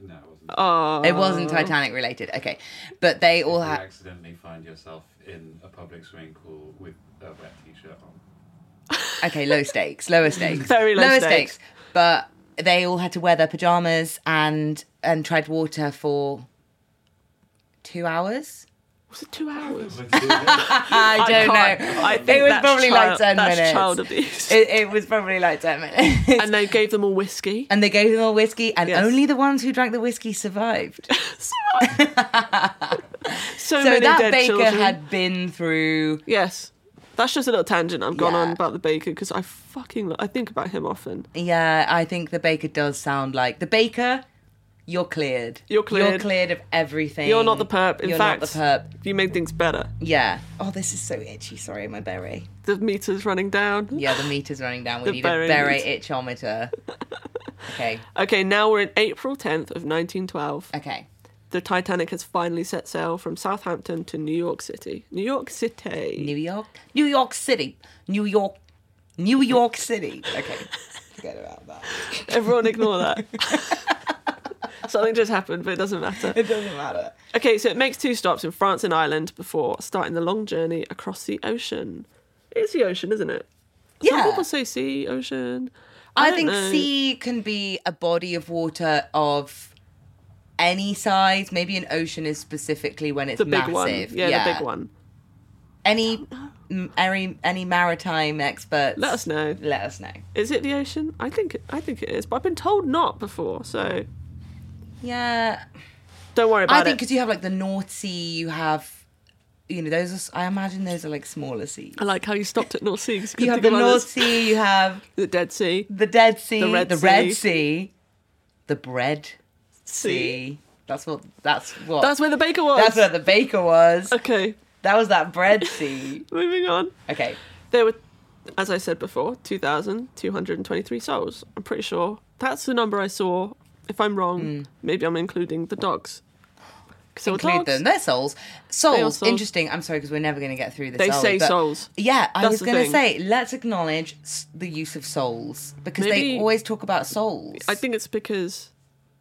Speaker 3: No, it wasn't.
Speaker 1: Oh,
Speaker 2: It wasn't Titanic related. Okay, but they all
Speaker 3: you
Speaker 2: had.
Speaker 3: accidentally find yourself in a public swimming pool with a wet t-shirt on.
Speaker 2: Okay, low stakes, lower stakes,
Speaker 1: Very low
Speaker 2: lower
Speaker 1: stakes.
Speaker 2: But they all had to wear their pajamas and and tread water for two hours.
Speaker 1: was it two hours?
Speaker 2: I don't know.
Speaker 1: I think
Speaker 2: it was
Speaker 1: that's
Speaker 2: probably
Speaker 1: child,
Speaker 2: like ten
Speaker 1: that's
Speaker 2: minutes.
Speaker 1: child abuse.
Speaker 2: It, it was probably like ten minutes. And,
Speaker 1: and they gave them all whiskey.
Speaker 2: they gave them all whiskey, and
Speaker 1: Yes.
Speaker 2: only the ones who drank the whiskey survived.
Speaker 1: So,
Speaker 2: So
Speaker 1: many
Speaker 2: that
Speaker 1: dead
Speaker 2: baker
Speaker 1: children.
Speaker 2: had been through.
Speaker 1: Yes, that's just a little tangent I've gone
Speaker 2: Yeah.
Speaker 1: on about the baker because I fucking lo- I think about him often.
Speaker 2: Yeah, I think the baker does sound like the baker. You're cleared.
Speaker 1: You're
Speaker 2: You're
Speaker 1: cleared.
Speaker 2: cleared of everything.
Speaker 1: You're not the perp. In
Speaker 2: You're
Speaker 1: fact,
Speaker 2: not the perp.
Speaker 1: you made things better.
Speaker 2: Yeah. Oh, this is so itchy. Sorry, my beret.
Speaker 1: The meter's running down.
Speaker 2: Yeah, the meter's running down. We
Speaker 1: The
Speaker 2: need
Speaker 1: beret
Speaker 2: a beret
Speaker 1: meter.
Speaker 2: itchometer. okay.
Speaker 1: Okay, now we're in April 10th of 1912.
Speaker 2: Okay.
Speaker 1: The Titanic has finally set sail from Southampton to New York City. New York City.
Speaker 2: New York. New York City. New York. New York City. Okay. Forget about that.
Speaker 1: Everyone ignore that. Something just happened, but it doesn't matter.
Speaker 2: It doesn't matter.
Speaker 1: Okay, so it makes two stops in France and Ireland before starting the long journey across the ocean. It's the ocean, isn't it?
Speaker 2: Yeah.
Speaker 1: Some people say sea, ocean.
Speaker 2: I,
Speaker 1: don't
Speaker 2: think
Speaker 1: know.
Speaker 2: sea can be a body of water of any size. Maybe an ocean is specifically when it's
Speaker 1: the big
Speaker 2: massive.
Speaker 1: one. Yeah, the big one.
Speaker 2: Any m- any any maritime experts,
Speaker 1: Let us know.
Speaker 2: Let us know.
Speaker 1: Is it the ocean? I think I think it is, but I've been told not before, so
Speaker 2: Yeah,
Speaker 1: don't worry about
Speaker 2: I think
Speaker 1: it.
Speaker 2: because you have like the North Sea, you have, you know, those. Are, s- I imagine those are like smaller seas.
Speaker 1: I like how you stopped at North Sea. 'cause
Speaker 2: You
Speaker 1: couldn't
Speaker 2: have the
Speaker 1: think of
Speaker 2: North
Speaker 1: others.
Speaker 2: Sea, you have
Speaker 1: the Dead Sea,
Speaker 2: the Dead Sea,
Speaker 1: The Red
Speaker 2: the
Speaker 1: Sea.
Speaker 2: Red Sea, the Bread
Speaker 1: Sea.
Speaker 2: Sea. That's what. That's what.
Speaker 1: That's where the baker was.
Speaker 2: That's where the baker was.
Speaker 1: okay,
Speaker 2: That was that bread sea.
Speaker 1: moving on.
Speaker 2: Okay.
Speaker 1: There were, as I said before, 2,223 souls. I'm pretty sure that's the number I saw. If I'm wrong,
Speaker 2: Hmm.
Speaker 1: maybe I'm including the dogs. 'Cause there were
Speaker 2: Include
Speaker 1: dogs.
Speaker 2: them. They're souls. Souls.
Speaker 1: souls.
Speaker 2: Interesting. I'm sorry because we're never going to get through this.
Speaker 1: They
Speaker 2: are we?
Speaker 1: say
Speaker 2: But-
Speaker 1: souls.
Speaker 2: Yeah, I
Speaker 1: That's
Speaker 2: was
Speaker 1: the
Speaker 2: going to
Speaker 1: thing.
Speaker 2: say let's acknowledge s- the use of souls because
Speaker 1: Maybe-
Speaker 2: they always talk about souls.
Speaker 1: I think it's because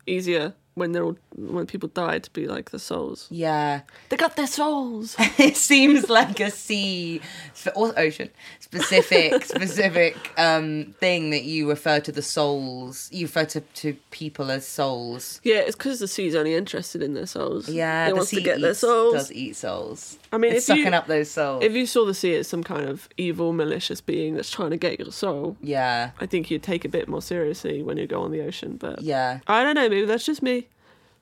Speaker 1: easier when they're all, when people die to be like the souls.
Speaker 2: Yeah,
Speaker 1: They got their souls.
Speaker 2: it seems like a sea sp- or ocean specific specific um, thing that you refer to the souls. You refer to, to people as souls.
Speaker 1: yeah, it's because the sea's only interested in their souls.
Speaker 2: Yeah,
Speaker 1: they
Speaker 2: the
Speaker 1: wants
Speaker 2: sea
Speaker 1: to get their
Speaker 2: eats-
Speaker 1: souls.
Speaker 2: does eat souls.
Speaker 1: I mean,
Speaker 2: it's
Speaker 1: if you-
Speaker 2: sucking up those souls.
Speaker 1: If you saw the sea as some kind of evil, malicious being that's trying to get your soul,
Speaker 2: yeah,
Speaker 1: I think you'd take it a bit more seriously when you go on the ocean. But
Speaker 2: yeah.
Speaker 1: I don't know. Maybe that's just me.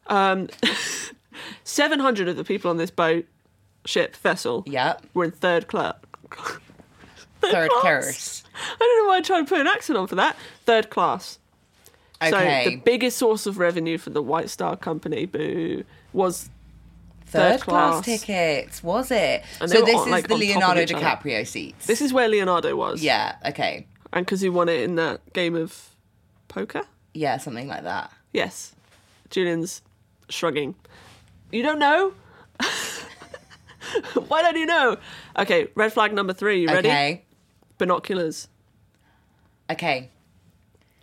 Speaker 1: Um, Seven hundred of the people on this boat, ship, vessel,
Speaker 2: Yeah.
Speaker 1: were in third class.
Speaker 2: Third
Speaker 1: class.
Speaker 2: curse.
Speaker 1: I don't know why I tried to put an accent on for that. Third class.
Speaker 2: Okay.
Speaker 1: So the biggest source of revenue for the White Star Company, boo, was
Speaker 2: third,
Speaker 1: third
Speaker 2: class.
Speaker 1: class.
Speaker 2: tickets, was it?
Speaker 1: And they
Speaker 2: so
Speaker 1: were
Speaker 2: this
Speaker 1: on-
Speaker 2: is
Speaker 1: like,
Speaker 2: the
Speaker 1: on top of
Speaker 2: Leonardo
Speaker 1: each other.
Speaker 2: DiCaprio seats.
Speaker 1: this is where Leonardo was.
Speaker 2: yeah, okay.
Speaker 1: And because he won it in that game of poker.
Speaker 2: Yeah, something like that.
Speaker 1: Yes. Julian's shrugging. You don't know? Why don't you know? Okay, red flag number three. You ready?
Speaker 2: Okay.
Speaker 1: Binoculars.
Speaker 2: Okay.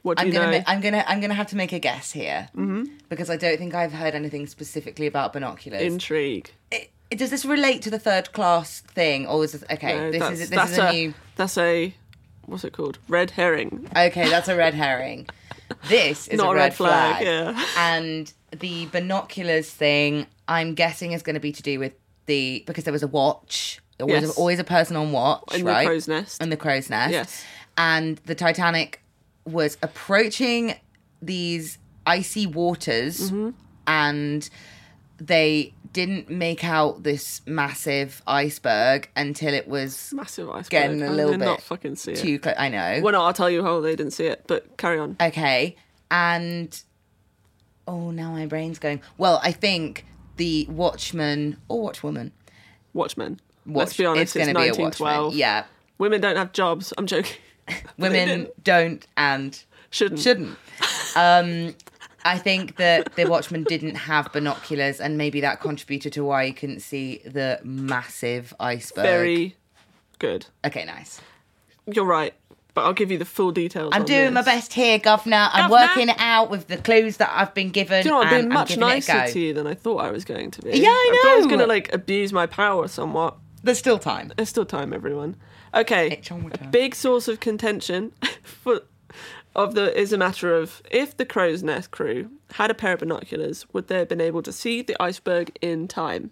Speaker 1: What do
Speaker 2: I'm
Speaker 1: you
Speaker 2: gonna
Speaker 1: know?
Speaker 2: ma- I'm gonna I'm gonna have to make a guess here. Mm-hmm. Because I don't think I've heard anything specifically about binoculars.
Speaker 1: Intrigue.
Speaker 2: I- does this relate to the third class thing or is this okay,
Speaker 1: No,
Speaker 2: this
Speaker 1: Uh, that's,
Speaker 2: is this
Speaker 1: that's
Speaker 2: is a,
Speaker 1: a,
Speaker 2: new
Speaker 1: That's a. What's it called? Red herring.
Speaker 2: Okay, that's a red herring. This is
Speaker 1: Not
Speaker 2: a red, flag.
Speaker 1: yeah.
Speaker 2: And the binoculars thing, I'm guessing, is going to be to do with the because there was a watch. There was
Speaker 1: Yes.
Speaker 2: always a person on watch,
Speaker 1: In
Speaker 2: right?
Speaker 1: the crow's nest.
Speaker 2: And the crow's nest.
Speaker 1: Yes.
Speaker 2: And the Titanic was approaching these icy waters
Speaker 1: Mm-hmm.
Speaker 2: and they didn't make out this massive iceberg until it was
Speaker 1: Massive iceberg.
Speaker 2: getting a
Speaker 1: I
Speaker 2: little
Speaker 1: did
Speaker 2: bit
Speaker 1: not fucking see it.
Speaker 2: too close. I know.
Speaker 1: Well, no, I'll tell you how they didn't see it, but carry on.
Speaker 2: Okay. And oh, now my brain's going. Well, I think the Watchman or Watchwoman.
Speaker 1: Watchmen.
Speaker 2: Watch,
Speaker 1: Let's be honest, it's,
Speaker 2: gonna be a Watchman.
Speaker 1: 1912.
Speaker 2: Yeah.
Speaker 1: Women don't have jobs. I'm joking.
Speaker 2: Women don't and
Speaker 1: Shouldn't.
Speaker 2: shouldn't. Um, I think that the Watchman didn't have binoculars, and maybe that contributed to why you couldn't see the massive iceberg.
Speaker 1: Very good.
Speaker 2: Okay, nice.
Speaker 1: You're right, but I'll give you the full details.
Speaker 2: I'm
Speaker 1: on
Speaker 2: doing
Speaker 1: this.
Speaker 2: my best here, Governor. I'm
Speaker 1: Governor.
Speaker 2: working it out with the clues that I've been given.
Speaker 1: Do you know, I've
Speaker 2: and
Speaker 1: been
Speaker 2: I'm
Speaker 1: much
Speaker 2: giving it a
Speaker 1: nicer
Speaker 2: go.
Speaker 1: to you than I thought I was going to be.
Speaker 2: Yeah, I
Speaker 1: thought I was
Speaker 2: know.
Speaker 1: going to like abuse my power somewhat.
Speaker 2: There's still time.
Speaker 1: There's still time, everyone. Okay,
Speaker 2: It's onward
Speaker 1: a
Speaker 2: time.
Speaker 1: big source of contention for, of the is a matter of if the crow's nest crew had a pair of binoculars, would they have been able to see the iceberg in time?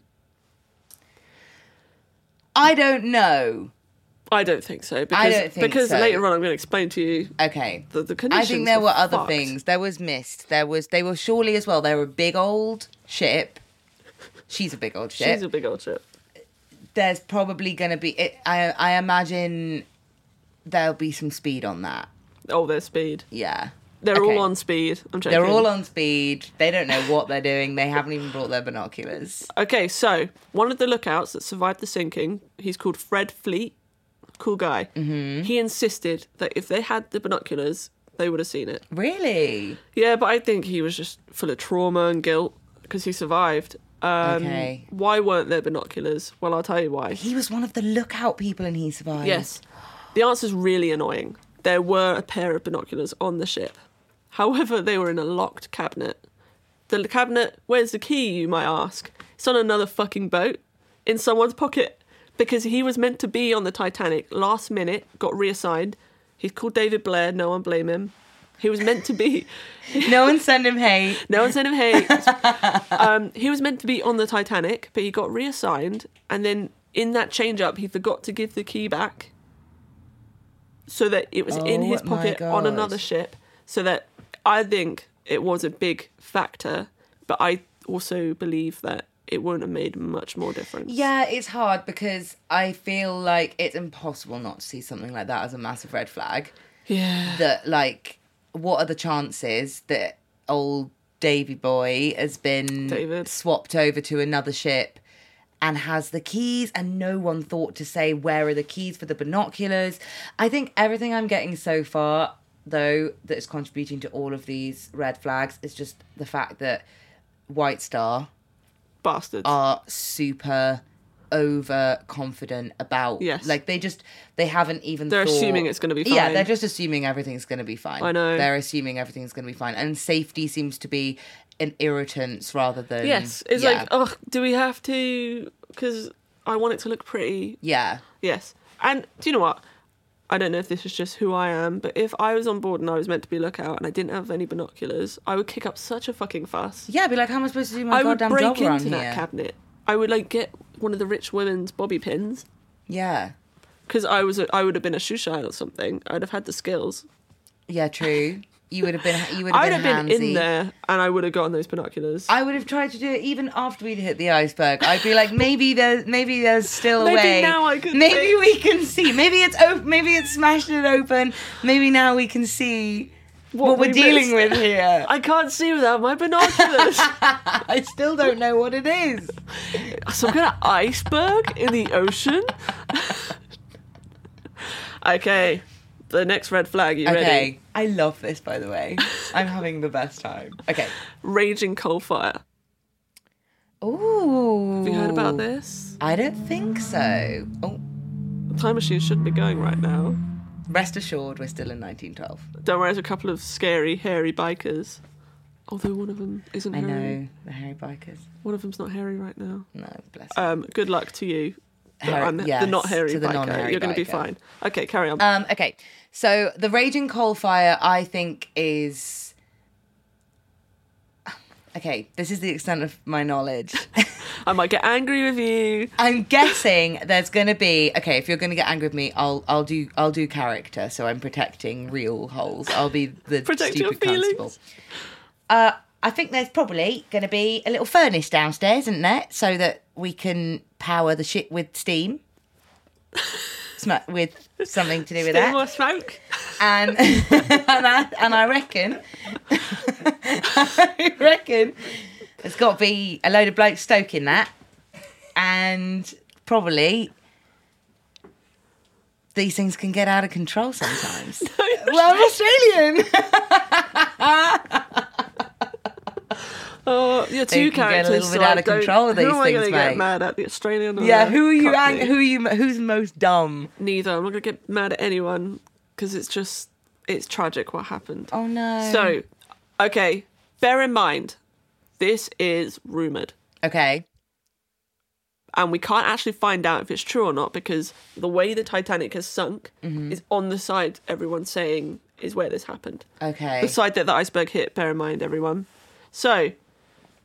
Speaker 2: I don't know.
Speaker 1: I don't think so. Because,
Speaker 2: don't think
Speaker 1: because
Speaker 2: so.
Speaker 1: later on, I'm going to explain to you
Speaker 2: Okay.
Speaker 1: the, the
Speaker 2: I
Speaker 1: conditions.
Speaker 2: think there were other
Speaker 1: fucked.
Speaker 2: things. There was mist. There was they were surely as well. They were a big old ship. She's a big old ship.
Speaker 1: She's a big old trip.
Speaker 2: There's probably going to be. It, I I imagine there'll be some speed on that.
Speaker 1: Oh, their speed.
Speaker 2: Yeah.
Speaker 1: They're
Speaker 2: Okay.
Speaker 1: all on speed. I'm joking.
Speaker 2: They're all on speed. They don't know what they're doing. They haven't even brought their binoculars.
Speaker 1: Okay, so one of the lookouts that survived the sinking, he's called Fred Fleet. Cool guy. Mm-hmm. He insisted that if they had the binoculars, they would have seen it.
Speaker 2: Really?
Speaker 1: Yeah, but I think he was just full of trauma and guilt because he survived. Um,
Speaker 2: Okay.
Speaker 1: Why weren't there binoculars? Well, I'll tell you why.
Speaker 2: He was one of the lookout people, and he survived.
Speaker 1: Yes. The answer's really annoying. There were a pair of binoculars on the ship. However, they were in a locked cabinet. The cabinet, where's the key, you might ask? It's on another fucking boat, in someone's pocket, because he was meant to be on the Titanic last minute, got reassigned. He's called David Blair, no one blame him. He was meant to be.
Speaker 2: No one send him hate.
Speaker 1: No one sent him hate. um, he was meant to be on the Titanic, but he got reassigned, and then in that change up, he forgot to give the key back so that it was in
Speaker 2: Oh
Speaker 1: his
Speaker 2: my
Speaker 1: pocket on
Speaker 2: God.
Speaker 1: another ship. So that I think it was a big factor, but I also believe that it wouldn't have made much more difference.
Speaker 2: Yeah, it's hard because I feel like it's impossible not to see something like that as a massive red flag.
Speaker 1: Yeah.
Speaker 2: That like, what are the chances that old Davy Boy has been
Speaker 1: David.
Speaker 2: swapped over to another ship and has the keys, and no one thought to say where are the keys for the binoculars? I think everything I'm getting so far, though, that is contributing to all of these red flags is just the fact that White Star
Speaker 1: Bastards.
Speaker 2: are super overconfident about
Speaker 1: Yes.
Speaker 2: like they just they haven't even
Speaker 1: They're
Speaker 2: thought-
Speaker 1: assuming it's gonna be
Speaker 2: yeah
Speaker 1: fine.
Speaker 2: they're just assuming everything's gonna be fine
Speaker 1: I know.
Speaker 2: they're assuming everything's gonna be fine and safety seems to be an irritant rather than
Speaker 1: yes. It's
Speaker 2: yeah.
Speaker 1: like, oh, do we have to? Because I want it to look pretty.
Speaker 2: yeah
Speaker 1: Yes. And do you know what? I don't know if this is just who I am, but if I was on board and I was meant to be lookout and I didn't have any binoculars, I would kick up such a fucking fuss.
Speaker 2: yeah be like how am I supposed to do my
Speaker 1: I would
Speaker 2: goddamn
Speaker 1: break
Speaker 2: job around
Speaker 1: into
Speaker 2: here
Speaker 1: that cabinet. I would like get one of the rich women's bobby pins
Speaker 2: yeah
Speaker 1: because I was a, I would have been a shoe shine or something. I'd have had the skills.
Speaker 2: yeah true you would have been you would have
Speaker 1: I'd
Speaker 2: been,
Speaker 1: have been
Speaker 2: handsy.
Speaker 1: in there and I would have gotten those binoculars.
Speaker 2: I would have tried to do it even after we'd hit the iceberg. I'd be like, maybe there's maybe there's still a
Speaker 1: Maybe
Speaker 2: way.
Speaker 1: now I can
Speaker 2: Maybe
Speaker 1: see.
Speaker 2: we can see. Maybe it's open. Maybe it's smashed it open. Maybe now we can see what,
Speaker 1: we
Speaker 2: we're dealing
Speaker 1: missed.
Speaker 2: with here.
Speaker 1: I can't see without my binoculars.
Speaker 2: I still don't know what it is.
Speaker 1: some kind of iceberg in the ocean. okay, the next red flag. You ready?
Speaker 2: Okay, I love this by the way. I'm having the best time. Okay.
Speaker 1: Raging coal fire.
Speaker 2: Ooh.
Speaker 1: Have you heard about this?
Speaker 2: I don't think so. Oh,
Speaker 1: The time machine shouldn't be going right now.
Speaker 2: rest assured, we're still in 1912.
Speaker 1: Don't worry, there's a couple of scary, hairy bikers. Although one of them isn't
Speaker 2: I
Speaker 1: hairy.
Speaker 2: know the hairy bikers.
Speaker 1: One of them's not hairy right now.
Speaker 2: No, bless. you.
Speaker 1: Um, good luck to you. the
Speaker 2: Hair-
Speaker 1: un- the
Speaker 2: yes,
Speaker 1: not hairy
Speaker 2: to the
Speaker 1: biker.
Speaker 2: non-hairy
Speaker 1: You're going to be
Speaker 2: biker.
Speaker 1: fine. Okay, carry on.
Speaker 2: Um, okay, so the raging coal fire, I think, is okay. This is the extent of my knowledge.
Speaker 1: I might get angry with you.
Speaker 2: I'm guessing there's going to be okay. If you're going to get angry with me, I'll I'll do I'll do character. So I'm protecting real holes. I'll be the
Speaker 1: Protect your
Speaker 2: stupid
Speaker 1: feelings.
Speaker 2: constable. Uh, I think there's probably going to be a little furnace downstairs, isn't there, so that we can power the shit with steam. Sm- with something to do with
Speaker 1: Any
Speaker 2: that
Speaker 1: more smoke?
Speaker 2: and and I and I reckon, I reckon there's got to be a load of blokes stoking that, and probably these things can get out of control sometimes. well, I'm Australian.
Speaker 1: Oh, yeah, two
Speaker 2: can get a
Speaker 1: characters.
Speaker 2: little bit
Speaker 1: so I
Speaker 2: out of
Speaker 1: don't-
Speaker 2: control with these
Speaker 1: Who am I
Speaker 2: things,
Speaker 1: going to get
Speaker 2: mate.
Speaker 1: mad at? The Australian? Or
Speaker 2: yeah,
Speaker 1: the
Speaker 2: who are you?
Speaker 1: Cockney?
Speaker 2: Ang- who are you? Who's most dumb?
Speaker 1: Neither. I'm not going to get mad at anyone because it's just it's tragic what happened.
Speaker 2: Oh no.
Speaker 1: So, okay, bear in mind, this is rumored,
Speaker 2: okay.
Speaker 1: and we can't actually find out if it's true or not because the way the Titanic has sunk
Speaker 2: Mm-hmm.
Speaker 1: is on the side everyone's saying is where this happened.
Speaker 2: Okay.
Speaker 1: The side that the iceberg hit, bear in mind, everyone. So,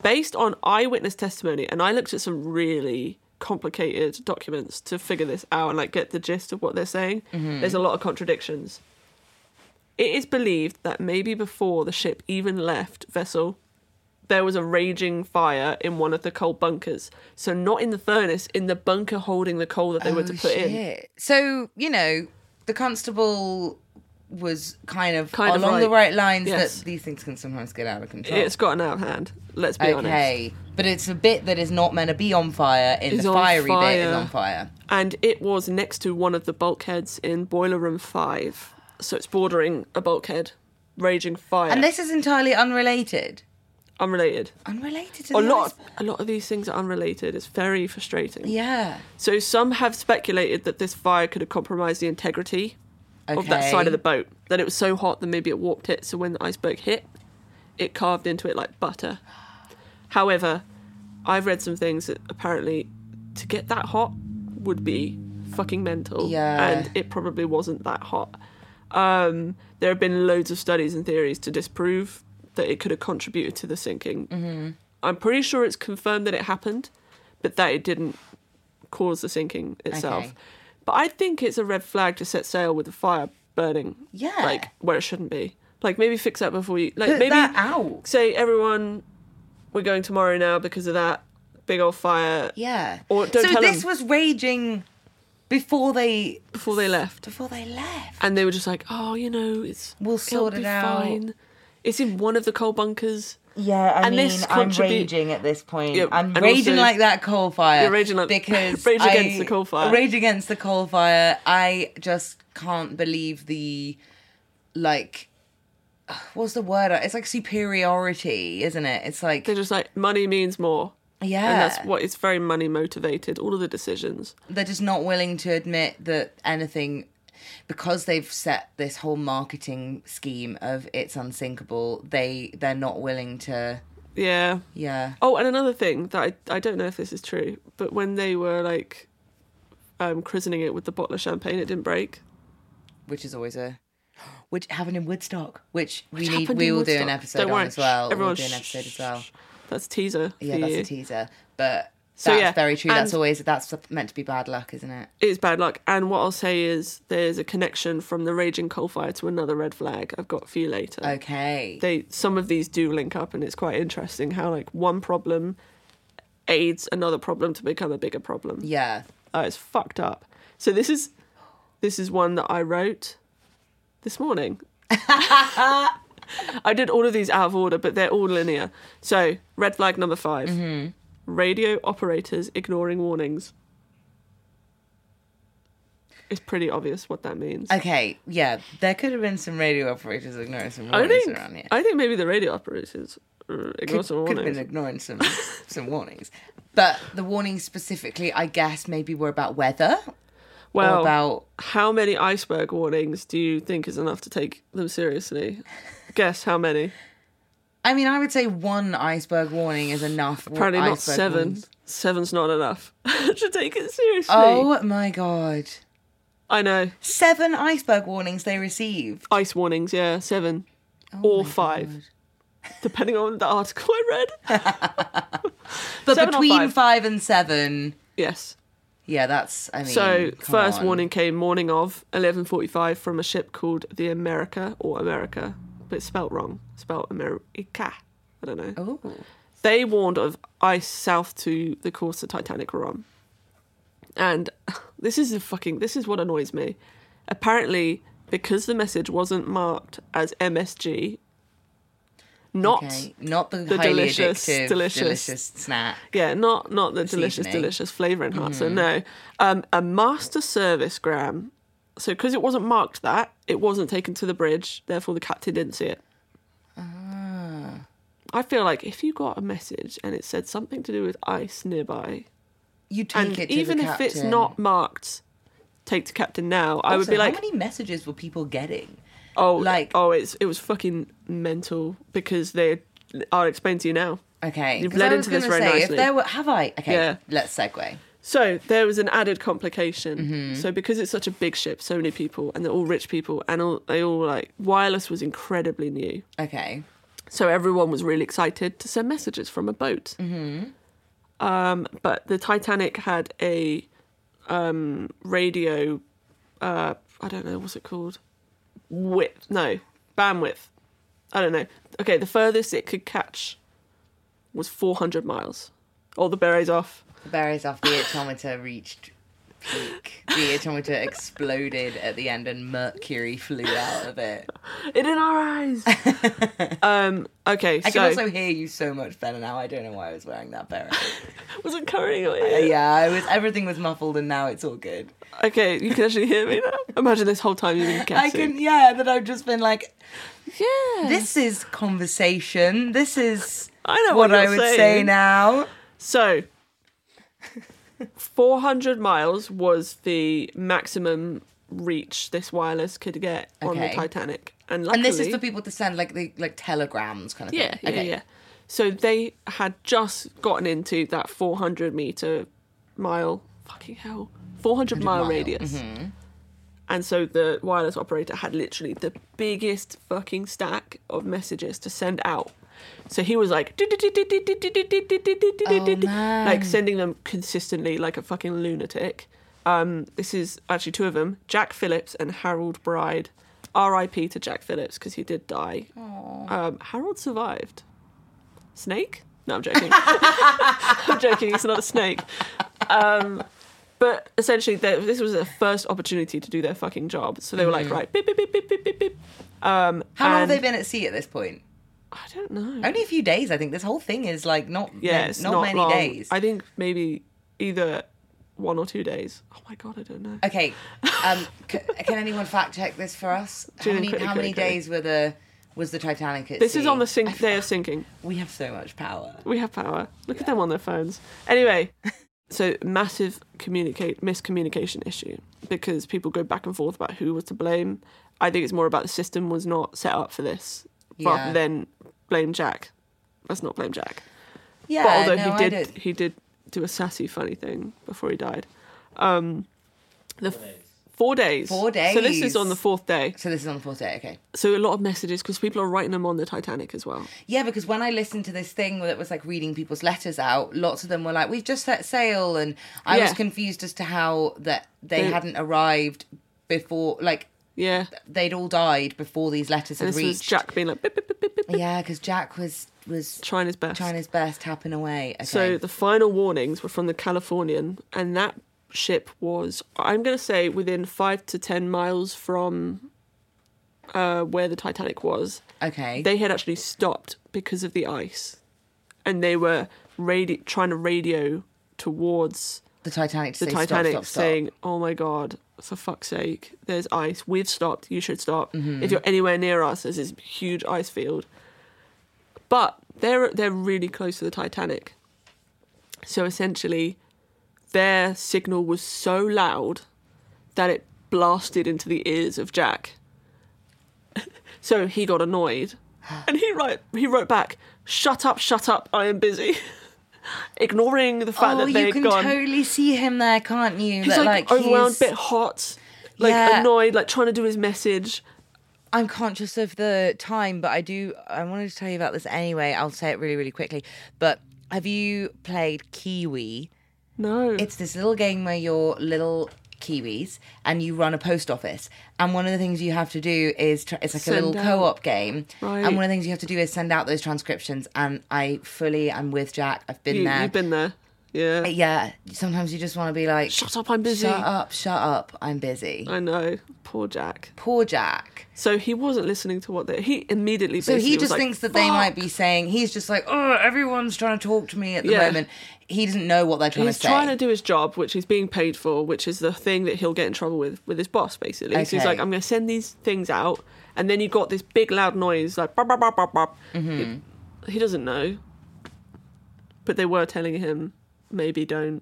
Speaker 1: based on eyewitness testimony, and I looked at some really complicated documents to figure this out and like get the gist of what they're saying.
Speaker 2: Mm-hmm.
Speaker 1: There's a lot of contradictions. It is believed that maybe before the ship even left vessel, there was a raging fire in one of the coal bunkers. So not in the furnace, in the bunker holding the coal that they were to
Speaker 2: Oh,
Speaker 1: put in.
Speaker 2: shit. So you know, the constable was kind of
Speaker 1: Kind of
Speaker 2: along the
Speaker 1: right.
Speaker 2: right lines
Speaker 1: Yes.
Speaker 2: that these things can sometimes get out of control.
Speaker 1: It's gotten out of hand. Let's be honest.
Speaker 2: okay, but it's a bit that is not meant to be on fire. In
Speaker 1: Is
Speaker 2: the
Speaker 1: on
Speaker 2: fiery bit
Speaker 1: fire.
Speaker 2: is on fire.
Speaker 1: and it was next to one of the bulkheads in Boiler Room 5. So it's bordering a bulkhead, raging fire.
Speaker 2: And this is entirely unrelated.
Speaker 1: unrelated.
Speaker 2: Unrelated to
Speaker 1: A
Speaker 2: the
Speaker 1: lot,
Speaker 2: ice-
Speaker 1: a lot of these things are unrelated. It's very frustrating.
Speaker 2: Yeah.
Speaker 1: So some have speculated that this fire could have compromised the integrity
Speaker 2: Okay.
Speaker 1: of that side of the boat. That it was so hot that maybe it warped it. So when the iceberg hit, it carved into it like butter. However, I've read some things that apparently to get that hot would be fucking mental.
Speaker 2: Yeah.
Speaker 1: And it probably wasn't that hot. Um, there have been loads of studies and theories to disprove that it could have contributed to the sinking. I'm pretty sure it's confirmed that it happened, but that it didn't caused the sinking itself.
Speaker 2: Okay.
Speaker 1: But I think it's a red flag to set sail with the fire burning.
Speaker 2: Yeah.
Speaker 1: Like where it shouldn't be. Like maybe fix that before you like
Speaker 2: Put
Speaker 1: maybe
Speaker 2: that out.
Speaker 1: say everyone we're going tomorrow now because of that big old fire
Speaker 2: Yeah.
Speaker 1: Or don't
Speaker 2: so
Speaker 1: tell
Speaker 2: this
Speaker 1: them.
Speaker 2: was raging before they
Speaker 1: before they left.
Speaker 2: before they left.
Speaker 1: And they were just like, Oh, you know, it's
Speaker 2: We'll
Speaker 1: it'll
Speaker 2: sort it
Speaker 1: be
Speaker 2: out."
Speaker 1: fine. It's in one of the coal bunkers.
Speaker 2: Yeah, I
Speaker 1: And
Speaker 2: mean,
Speaker 1: this
Speaker 2: I'm
Speaker 1: contribu-
Speaker 2: raging at this point.
Speaker 1: Yeah,
Speaker 2: I'm
Speaker 1: and
Speaker 2: raging
Speaker 1: also-
Speaker 2: like that coal fire.
Speaker 1: You're raging like-
Speaker 2: because
Speaker 1: rage
Speaker 2: I-
Speaker 1: against the coal fire.
Speaker 2: Rage against the coal fire. I just can't believe the like. What's the word? It's like superiority, isn't it? It's like
Speaker 1: They're just like, money means more.
Speaker 2: yeah,
Speaker 1: And that's what it's very money motivated, all of the decisions.
Speaker 2: they're just not willing to admit that anything because they've set this whole marketing scheme of it's unsinkable they they're not willing to
Speaker 1: Yeah.
Speaker 2: yeah
Speaker 1: Oh, and another thing that I, I don't know if this is true, but when they were like um, christening it with the bottle of champagne, it didn't break.
Speaker 2: which is always a which happened in woodstock which,
Speaker 1: Which
Speaker 2: we need
Speaker 1: happened
Speaker 2: we
Speaker 1: in
Speaker 2: will do an
Speaker 1: Woodstock.
Speaker 2: episode
Speaker 1: Don't
Speaker 2: on
Speaker 1: worry,
Speaker 2: as well
Speaker 1: shh, everyone,
Speaker 2: we'll do an
Speaker 1: shh,
Speaker 2: episode as
Speaker 1: shh,
Speaker 2: well
Speaker 1: shh. That's a teaser.
Speaker 2: yeah
Speaker 1: for
Speaker 2: that's
Speaker 1: you.
Speaker 2: a teaser but
Speaker 1: So,
Speaker 2: that's
Speaker 1: yeah,
Speaker 2: very true that's
Speaker 1: and-
Speaker 2: always that's meant to be bad luck isn't it
Speaker 1: It's bad luck. And what I'll say is there's a connection from the raging coal fire to another red flag I've got for you later.
Speaker 2: Oh. okay
Speaker 1: They some of these do link up, and it's quite interesting how like one problem aids another problem to become a bigger problem.
Speaker 2: yeah
Speaker 1: Oh, it's fucked up. So this is this is one that I wrote this morning. I did all of these out of order, but they're all linear. So red flag number 5
Speaker 2: Mm-hmm.
Speaker 1: radio operators ignoring warnings. It's pretty obvious what that means.
Speaker 2: okay yeah there could have been some radio operators ignoring some
Speaker 1: I
Speaker 2: warnings
Speaker 1: think
Speaker 2: around here
Speaker 1: I think maybe the radio operators uh, ignore
Speaker 2: could,
Speaker 1: some
Speaker 2: could have
Speaker 1: warnings.
Speaker 2: been ignoring some some warnings. But the warnings specifically, I guess, maybe were about weather
Speaker 1: well,
Speaker 2: or about
Speaker 1: how many iceberg warnings do you think is enough to take them seriously? Guess how many?
Speaker 2: I mean, I would say one iceberg warning is enough. wa-
Speaker 1: Apparently not
Speaker 2: iceberg
Speaker 1: seven.
Speaker 2: warnings.
Speaker 1: Seven's not enough to take it seriously.
Speaker 2: Oh my god.
Speaker 1: I know.
Speaker 2: Seven iceberg warnings they received.
Speaker 1: Ice warnings, yeah, seven
Speaker 2: Oh
Speaker 1: or
Speaker 2: my
Speaker 1: five,
Speaker 2: God.
Speaker 1: depending on the article I read.
Speaker 2: But
Speaker 1: Seven or
Speaker 2: between five.
Speaker 1: five.
Speaker 2: and seven,
Speaker 1: Yes.
Speaker 2: yeah, that's I mean
Speaker 1: So
Speaker 2: come
Speaker 1: first
Speaker 2: on.
Speaker 1: warning came morning of 11:45 from a ship called the America or America, but it's spelt wrong. Spelt America. I don't know.
Speaker 2: Oh.
Speaker 1: They warned of ice south to the course the Titanic were on. And this is the fucking this is what annoys me. Apparently, because the message wasn't marked as MSG, not
Speaker 2: Okay. Not the,
Speaker 1: the
Speaker 2: highly
Speaker 1: delicious,
Speaker 2: addictive,
Speaker 1: delicious-
Speaker 2: delicious snack.
Speaker 1: yeah, not not the delicious,
Speaker 2: evening. Mm-hmm.
Speaker 1: delicious flavour enhancer. No, um, a master service gram. So because it wasn't marked that, it wasn't taken to the bridge. Therefore, the captain didn't see it.
Speaker 2: Ah.
Speaker 1: I feel like if you got a message and it said something to do with ice nearby,
Speaker 2: You take
Speaker 1: and
Speaker 2: it to
Speaker 1: even
Speaker 2: the
Speaker 1: if it's
Speaker 2: captain.
Speaker 1: not marked, take to captain now. I would
Speaker 2: Also,
Speaker 1: be like,
Speaker 2: how many messages were people getting?
Speaker 1: oh,
Speaker 2: like-
Speaker 1: like oh, it's it was fucking mental because they. I'll explain to you now.
Speaker 2: Okay,
Speaker 1: You've
Speaker 2: 'cause
Speaker 1: led
Speaker 2: I was
Speaker 1: into this
Speaker 2: gonna
Speaker 1: very
Speaker 2: say,
Speaker 1: nicely.
Speaker 2: If there were, have I? Okay,
Speaker 1: Yeah.
Speaker 2: let's segue.
Speaker 1: So there was an added complication.
Speaker 2: Mm-hmm.
Speaker 1: So because it's such a big ship, so many people, and they're all rich people, and all, they all like wireless was incredibly new.
Speaker 2: Okay,
Speaker 1: So everyone was really excited to send messages from a boat. Mm-hmm. Um, but the Titanic had a um, radio. Uh, I don't know what's it called. Width? No, bandwidth. I don't know. Okay, the furthest it could catch was 400 miles. All the berets off.
Speaker 2: the berries off the atometer reached peak. The atometer exploded at the end, and mercury flew out of it.
Speaker 1: It in our eyes. um. Okay.
Speaker 2: I
Speaker 1: so
Speaker 2: can also hear you so much better now. I don't know why I was wearing that beret.
Speaker 1: was it covering your
Speaker 2: But
Speaker 1: ear?
Speaker 2: yeah, I was. Everything was muffled, and now it's all good.
Speaker 1: Okay, you can actually hear me now. Imagine this whole time you've been guessing.
Speaker 2: I can. Yeah, that I've just been like,
Speaker 1: Yeah.
Speaker 2: this is conversation. This is.
Speaker 1: I know
Speaker 2: What,
Speaker 1: what,
Speaker 2: I
Speaker 1: you're
Speaker 2: would
Speaker 1: saying.
Speaker 2: say now.
Speaker 1: So, 400 miles was the maximum reach this wireless could get on the
Speaker 2: Okay.
Speaker 1: Titanic, and luckily,
Speaker 2: And this is for people to send like the like telegrams kind of
Speaker 1: yeah,
Speaker 2: thing.
Speaker 1: yeah, yeah. So they had just gotten into that 400 meter mile fucking hell, 400 mile
Speaker 2: mile,
Speaker 1: radius. And so the wireless operator had literally the biggest fucking stack of messages to send out. So he was like, like sending them consistently like a fucking lunatic. Um, this is actually two of them Jack Phillips and Harold Bride. RIP to Jack Phillips because he did die. Um, Harold survived. Snake? No, I'm joking. I'm joking. It's not a snake. Um, but essentially, they- this was their first opportunity to do their fucking job. So they were like,
Speaker 2: Mm.
Speaker 1: right, beep, beep, beep, beep, beep, beep, beep. Um,
Speaker 2: How long have
Speaker 1: and-
Speaker 2: they been at sea at this point?
Speaker 1: I don't know.
Speaker 2: Only a few days, I think. This whole thing is like not
Speaker 1: Yeah, it's
Speaker 2: not,
Speaker 1: not,
Speaker 2: many
Speaker 1: long.
Speaker 2: days.
Speaker 1: I think maybe either one or two days. Oh my god, I don't know.
Speaker 2: Okay, um, c- can anyone fact check this for us? How
Speaker 1: Doing
Speaker 2: many,
Speaker 1: quickly,
Speaker 2: how many
Speaker 1: quickly.
Speaker 2: days were the was the Titanic at
Speaker 1: This is
Speaker 2: sea?
Speaker 1: on the sink- day of sinking.
Speaker 2: We have so much power.
Speaker 1: We have power. Look at them on their phones. Anyway, so massive communicate miscommunication issue because people go back and forth about who was to blame. I think it's more about the system was not set up for this
Speaker 2: Yeah.
Speaker 1: rather than blame Jack. Let's not blame Jack.
Speaker 2: Yeah,
Speaker 1: but although
Speaker 2: Uh, no,
Speaker 1: he
Speaker 2: I
Speaker 1: did
Speaker 2: don't-
Speaker 1: he did do a sassy funny thing before he died. Um the f- Four days.
Speaker 2: Four
Speaker 1: So this is
Speaker 2: days.
Speaker 1: on the fourth day.
Speaker 2: So this is on the fourth day. Okay.
Speaker 1: So a lot of messages because people are writing them on the Titanic as well.
Speaker 2: Yeah, because when I listened to this thing that was like reading people's letters out, lots of them were like, "We've just set sail," and I was
Speaker 1: Yeah.
Speaker 2: confused as to how that they
Speaker 1: They-
Speaker 2: hadn't arrived before, like
Speaker 1: Yeah.
Speaker 2: they'd all died before these letters
Speaker 1: And
Speaker 2: had
Speaker 1: this was
Speaker 2: reached.
Speaker 1: Jack being like, "Bip, bip, bip, bip, bip, bip."
Speaker 2: Yeah, because Jack was was
Speaker 1: trying his best.
Speaker 2: trying his best, tapping away. Okay.
Speaker 1: So the final warnings were from the Californian, and that ship was, I'm going to say, within five to ten miles from uh, where the Titanic was.
Speaker 2: okay.
Speaker 1: They had actually stopped because of the ice, and they were radi- trying to radio towards
Speaker 2: the Titanic.
Speaker 1: the
Speaker 2: To say, "Stop,
Speaker 1: Titanic,
Speaker 2: stop, stop."
Speaker 1: saying, "Oh my God." For fuck's sake, there's ice. We've stopped. You should stop.
Speaker 2: Mm-hmm.
Speaker 1: If you're anywhere near us, there's this huge ice field. But they're they're really close to the Titanic. So essentially, their signal was so loud that it blasted into the ears of Jack. so he got annoyed, and he wrote he wrote back, "Shut up, shut up. I am busy." Ignoring the fact
Speaker 2: Oh,
Speaker 1: that they
Speaker 2: you
Speaker 1: had
Speaker 2: can
Speaker 1: gone.
Speaker 2: totally see him there, can't you?
Speaker 1: He's
Speaker 2: That,
Speaker 1: like, overwhelmed,
Speaker 2: he's-
Speaker 1: bit hot, like
Speaker 2: Yeah.
Speaker 1: annoyed, like trying to do his message.
Speaker 2: I'm conscious of the time, but I do. I wanted to tell you about this anyway. I'll say it really, really quickly. But have you played Kiwi?
Speaker 1: No,
Speaker 2: It's this little game where you're little kiwis and you run a post office. And one of the things you have to do is tr- it's like a
Speaker 1: Send
Speaker 2: little
Speaker 1: out.
Speaker 2: co-op game.
Speaker 1: Right.
Speaker 2: And one of the things you have to do is send out those transcriptions. And I fully, I'm with Jack. I've been
Speaker 1: you,
Speaker 2: there.
Speaker 1: have been there. Yeah.
Speaker 2: yeah. Sometimes you just want to be like,
Speaker 1: Shut up, I'm busy.
Speaker 2: Shut up! Shut up! I'm busy.
Speaker 1: I know. Poor Jack.
Speaker 2: Poor Jack.
Speaker 1: So he wasn't listening to what they. He immediately.
Speaker 2: So
Speaker 1: basically
Speaker 2: he
Speaker 1: was
Speaker 2: just
Speaker 1: like,
Speaker 2: thinks that they
Speaker 1: "Fuck."
Speaker 2: might be saying he's just like, oh, everyone's trying to talk to me at the
Speaker 1: Yeah.
Speaker 2: moment. He doesn't know what they're trying
Speaker 1: He's
Speaker 2: to say.
Speaker 1: trying to do his job, which he's being paid for, which is the thing that he'll get in trouble with with his boss, basically. So he's
Speaker 2: Okay.
Speaker 1: like, I'm going to send these things out, and then you got this big loud noise, like, bop, bop, bop, bop, bop.
Speaker 2: Mm-hmm.
Speaker 1: He, he doesn't know, but they were telling him, maybe don't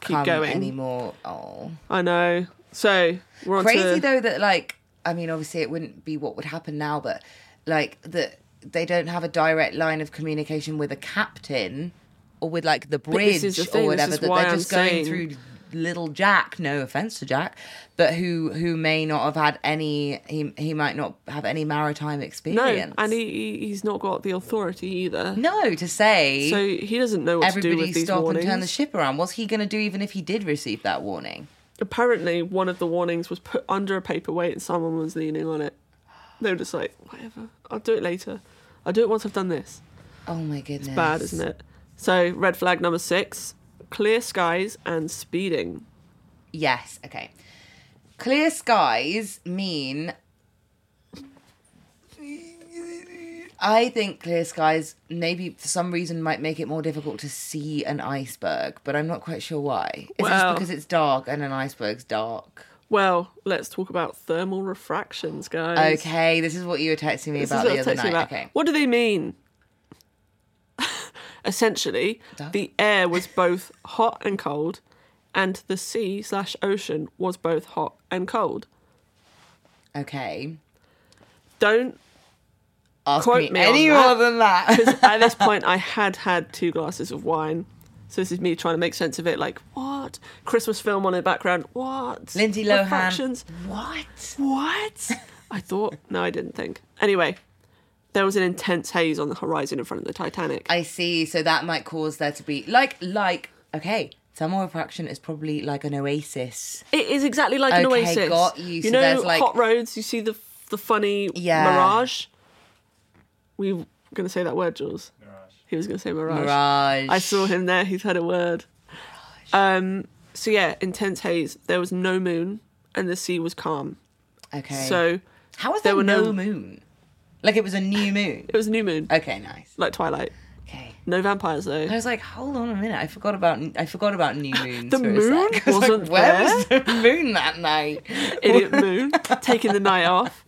Speaker 1: keep
Speaker 2: Come
Speaker 1: going.
Speaker 2: anymore. Oh,
Speaker 1: I know. So we're on
Speaker 2: crazy
Speaker 1: to,
Speaker 2: though that like I mean, obviously it wouldn't be what would happen now, but like that they don't have a direct line of communication with a captain or with like the bridge
Speaker 1: this is the thing,
Speaker 2: or
Speaker 1: this
Speaker 2: whatever.
Speaker 1: is
Speaker 2: That
Speaker 1: why
Speaker 2: they're
Speaker 1: I'm
Speaker 2: just going
Speaker 1: saying-
Speaker 2: through little Jack. No offense to Jack, but who who may not have had any. He he might not have any maritime
Speaker 1: No,
Speaker 2: experience.
Speaker 1: and he, he- he's not got the authority either.
Speaker 2: No, to say
Speaker 1: So he doesn't know what to do
Speaker 2: everybody
Speaker 1: with these
Speaker 2: stop
Speaker 1: warnings.
Speaker 2: and turn the ship around. What's he going to do even if he did receive that warning?
Speaker 1: Apparently, one of the warnings was put under a paperweight and someone was leaning on it. They were just like, whatever, I'll do it later. I'll do it once I've done this.
Speaker 2: Oh my goodness.
Speaker 1: Bad, isn't it? So, red flag number six clear skies and speeding.
Speaker 2: Yes, okay. Clear skies mean I think clear skies maybe for some reason might make it more difficult to see an iceberg, but I'm not quite sure why. Is it just
Speaker 1: Well-
Speaker 2: because it's dark and an iceberg's dark?
Speaker 1: Well, let's talk about thermal refractions, guys.
Speaker 2: Okay, this is what you were texting me
Speaker 1: This is
Speaker 2: about
Speaker 1: what
Speaker 2: the
Speaker 1: I was
Speaker 2: other
Speaker 1: texting
Speaker 2: night.
Speaker 1: about.
Speaker 2: Okay.
Speaker 1: What do they mean? Essentially,
Speaker 2: Duh.
Speaker 1: the air was both hot and cold, and the sea slash ocean was both hot and cold.
Speaker 2: Okay.
Speaker 1: Don't.
Speaker 2: Ask
Speaker 1: Quote
Speaker 2: me,
Speaker 1: me on
Speaker 2: any
Speaker 1: that.
Speaker 2: more than that.
Speaker 1: At this point, I had had two glasses of wine, So this is me trying to make sense of it. Like what Christmas film on in the background? What
Speaker 2: Lindsay Lohan.
Speaker 1: Reflections?
Speaker 2: What?
Speaker 1: What? I thought. No, I didn't think. Anyway, there was an intense haze on the horizon in front of the Titanic.
Speaker 2: I see. So that might cause there to be like like okay, thermal refraction is probably like an oasis.
Speaker 1: It is exactly like an
Speaker 2: Okay,
Speaker 1: oasis.
Speaker 2: got you. So
Speaker 1: know,
Speaker 2: there's, like-
Speaker 1: hot roads. You see the the funny
Speaker 2: Yeah.
Speaker 1: mirage. We were gonna say that word, Jules. He was gonna say
Speaker 2: Mirage.
Speaker 1: I saw him there. He's had a word. Um, so yeah, intense haze. There was no moon, and the sea was calm.
Speaker 2: Okay.
Speaker 1: So
Speaker 2: how was
Speaker 1: there
Speaker 2: there,
Speaker 1: were
Speaker 2: no,
Speaker 1: no-
Speaker 2: moon? Like it was a new moon.
Speaker 1: it was new moon,
Speaker 2: Okay, nice.
Speaker 1: like twilight.
Speaker 2: Okay.
Speaker 1: No vampires though.
Speaker 2: I was like, hold on a minute, I forgot about I forgot about new moons.
Speaker 1: The
Speaker 2: for a
Speaker 1: moon
Speaker 2: sec. I was like,
Speaker 1: wasn't
Speaker 2: where was the moon that night?
Speaker 1: Idiot moon taking the night off.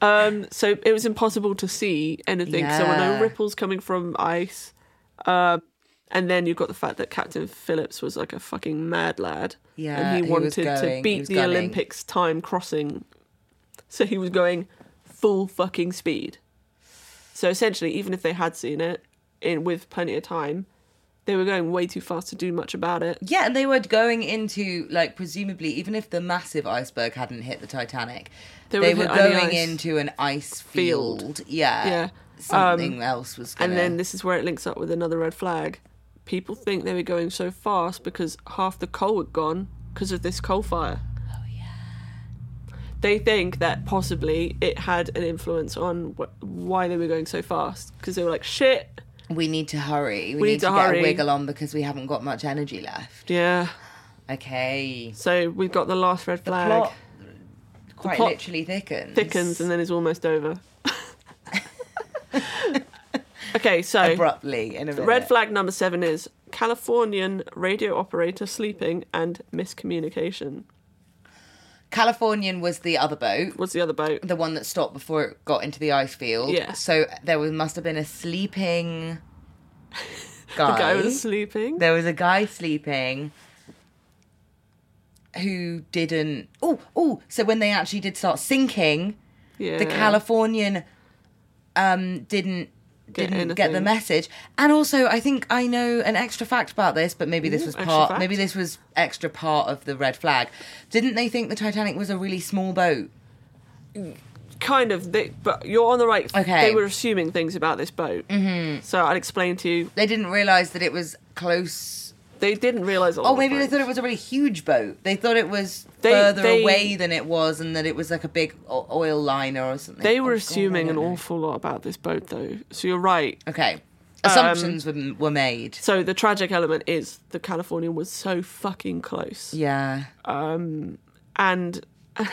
Speaker 1: Um, so it was impossible to see anything. So there were
Speaker 2: Yeah.
Speaker 1: no ripples coming from ice. Um, and then you've got the fact that Captain Phillips was like a fucking mad lad.
Speaker 2: Yeah,
Speaker 1: And
Speaker 2: he
Speaker 1: he
Speaker 2: was
Speaker 1: wanted
Speaker 2: going, he
Speaker 1: to beat
Speaker 2: was
Speaker 1: the
Speaker 2: gunning.
Speaker 1: Olympics time crossing. So he was going full fucking speed. So essentially, even if they had seen it in with plenty of time, they were going way too fast to do much about it.
Speaker 2: Yeah, and they were going into like presumably even if the massive iceberg hadn't hit the Titanic,
Speaker 1: They
Speaker 2: they,
Speaker 1: would
Speaker 2: were
Speaker 1: hit only
Speaker 2: going
Speaker 1: ice.
Speaker 2: into an ice
Speaker 1: Field.
Speaker 2: field. Yeah.
Speaker 1: Yeah. Um,
Speaker 2: Something else was going
Speaker 1: And then this is where it links up with another red flag. People think they were going so fast because half the coal had gone because of this coal fire. Oh yeah. They think that possibly it had an influence on wh- why they were going so fast because they were like, "Shit,
Speaker 2: we need to hurry. We,
Speaker 1: We
Speaker 2: need,
Speaker 1: need
Speaker 2: to,
Speaker 1: to
Speaker 2: get
Speaker 1: hurry.
Speaker 2: a wiggle on because we haven't got much energy left.
Speaker 1: yeah."
Speaker 2: Okay.
Speaker 1: So we've got the last red flag
Speaker 2: Plot quite
Speaker 1: plot
Speaker 2: literally thickens.
Speaker 1: thickens and then is almost over. okay, so
Speaker 2: abruptly in a minute.
Speaker 1: red flag number seven is Californian radio operator sleeping and miscommunication.
Speaker 2: Californian was the other boat.
Speaker 1: What's the other boat?
Speaker 2: The one that stopped before it got into the ice field.
Speaker 1: Yeah.
Speaker 2: So there was must have been a sleeping guy.
Speaker 1: The guy was sleeping.
Speaker 2: there was a guy sleeping who didn't oh oh so when they actually did start sinking
Speaker 1: yeah.
Speaker 2: the californian um didn't
Speaker 1: Get
Speaker 2: didn't get the
Speaker 1: anything.
Speaker 2: message and also i think i know an extra fact about this but maybe this
Speaker 1: Ooh,
Speaker 2: was
Speaker 1: Mm-hmm. extra
Speaker 2: part
Speaker 1: fact.
Speaker 2: maybe this was extra part of the red flag didn't they think the titanic was a really small boat
Speaker 1: kind of, they, but you're on the right.
Speaker 2: Okay.
Speaker 1: They were assuming things about this boat. Mm-hmm. So I'll explain to you.
Speaker 2: they didn't realize that it was close
Speaker 1: They didn't realize.
Speaker 2: Oh, maybe they thought it was a really huge boat. They thought it was
Speaker 1: They-
Speaker 2: further
Speaker 1: they-
Speaker 2: away than it was, and that it was like a big o- oil liner or something.
Speaker 1: They
Speaker 2: Oh,
Speaker 1: were
Speaker 2: God, I
Speaker 1: assuming
Speaker 2: don't
Speaker 1: an Um,
Speaker 2: know.
Speaker 1: awful lot about this boat, though. So you're right.
Speaker 2: Okay, assumptions were, were made.
Speaker 1: So the tragic element is the Californian was so fucking close.
Speaker 2: Yeah,
Speaker 1: and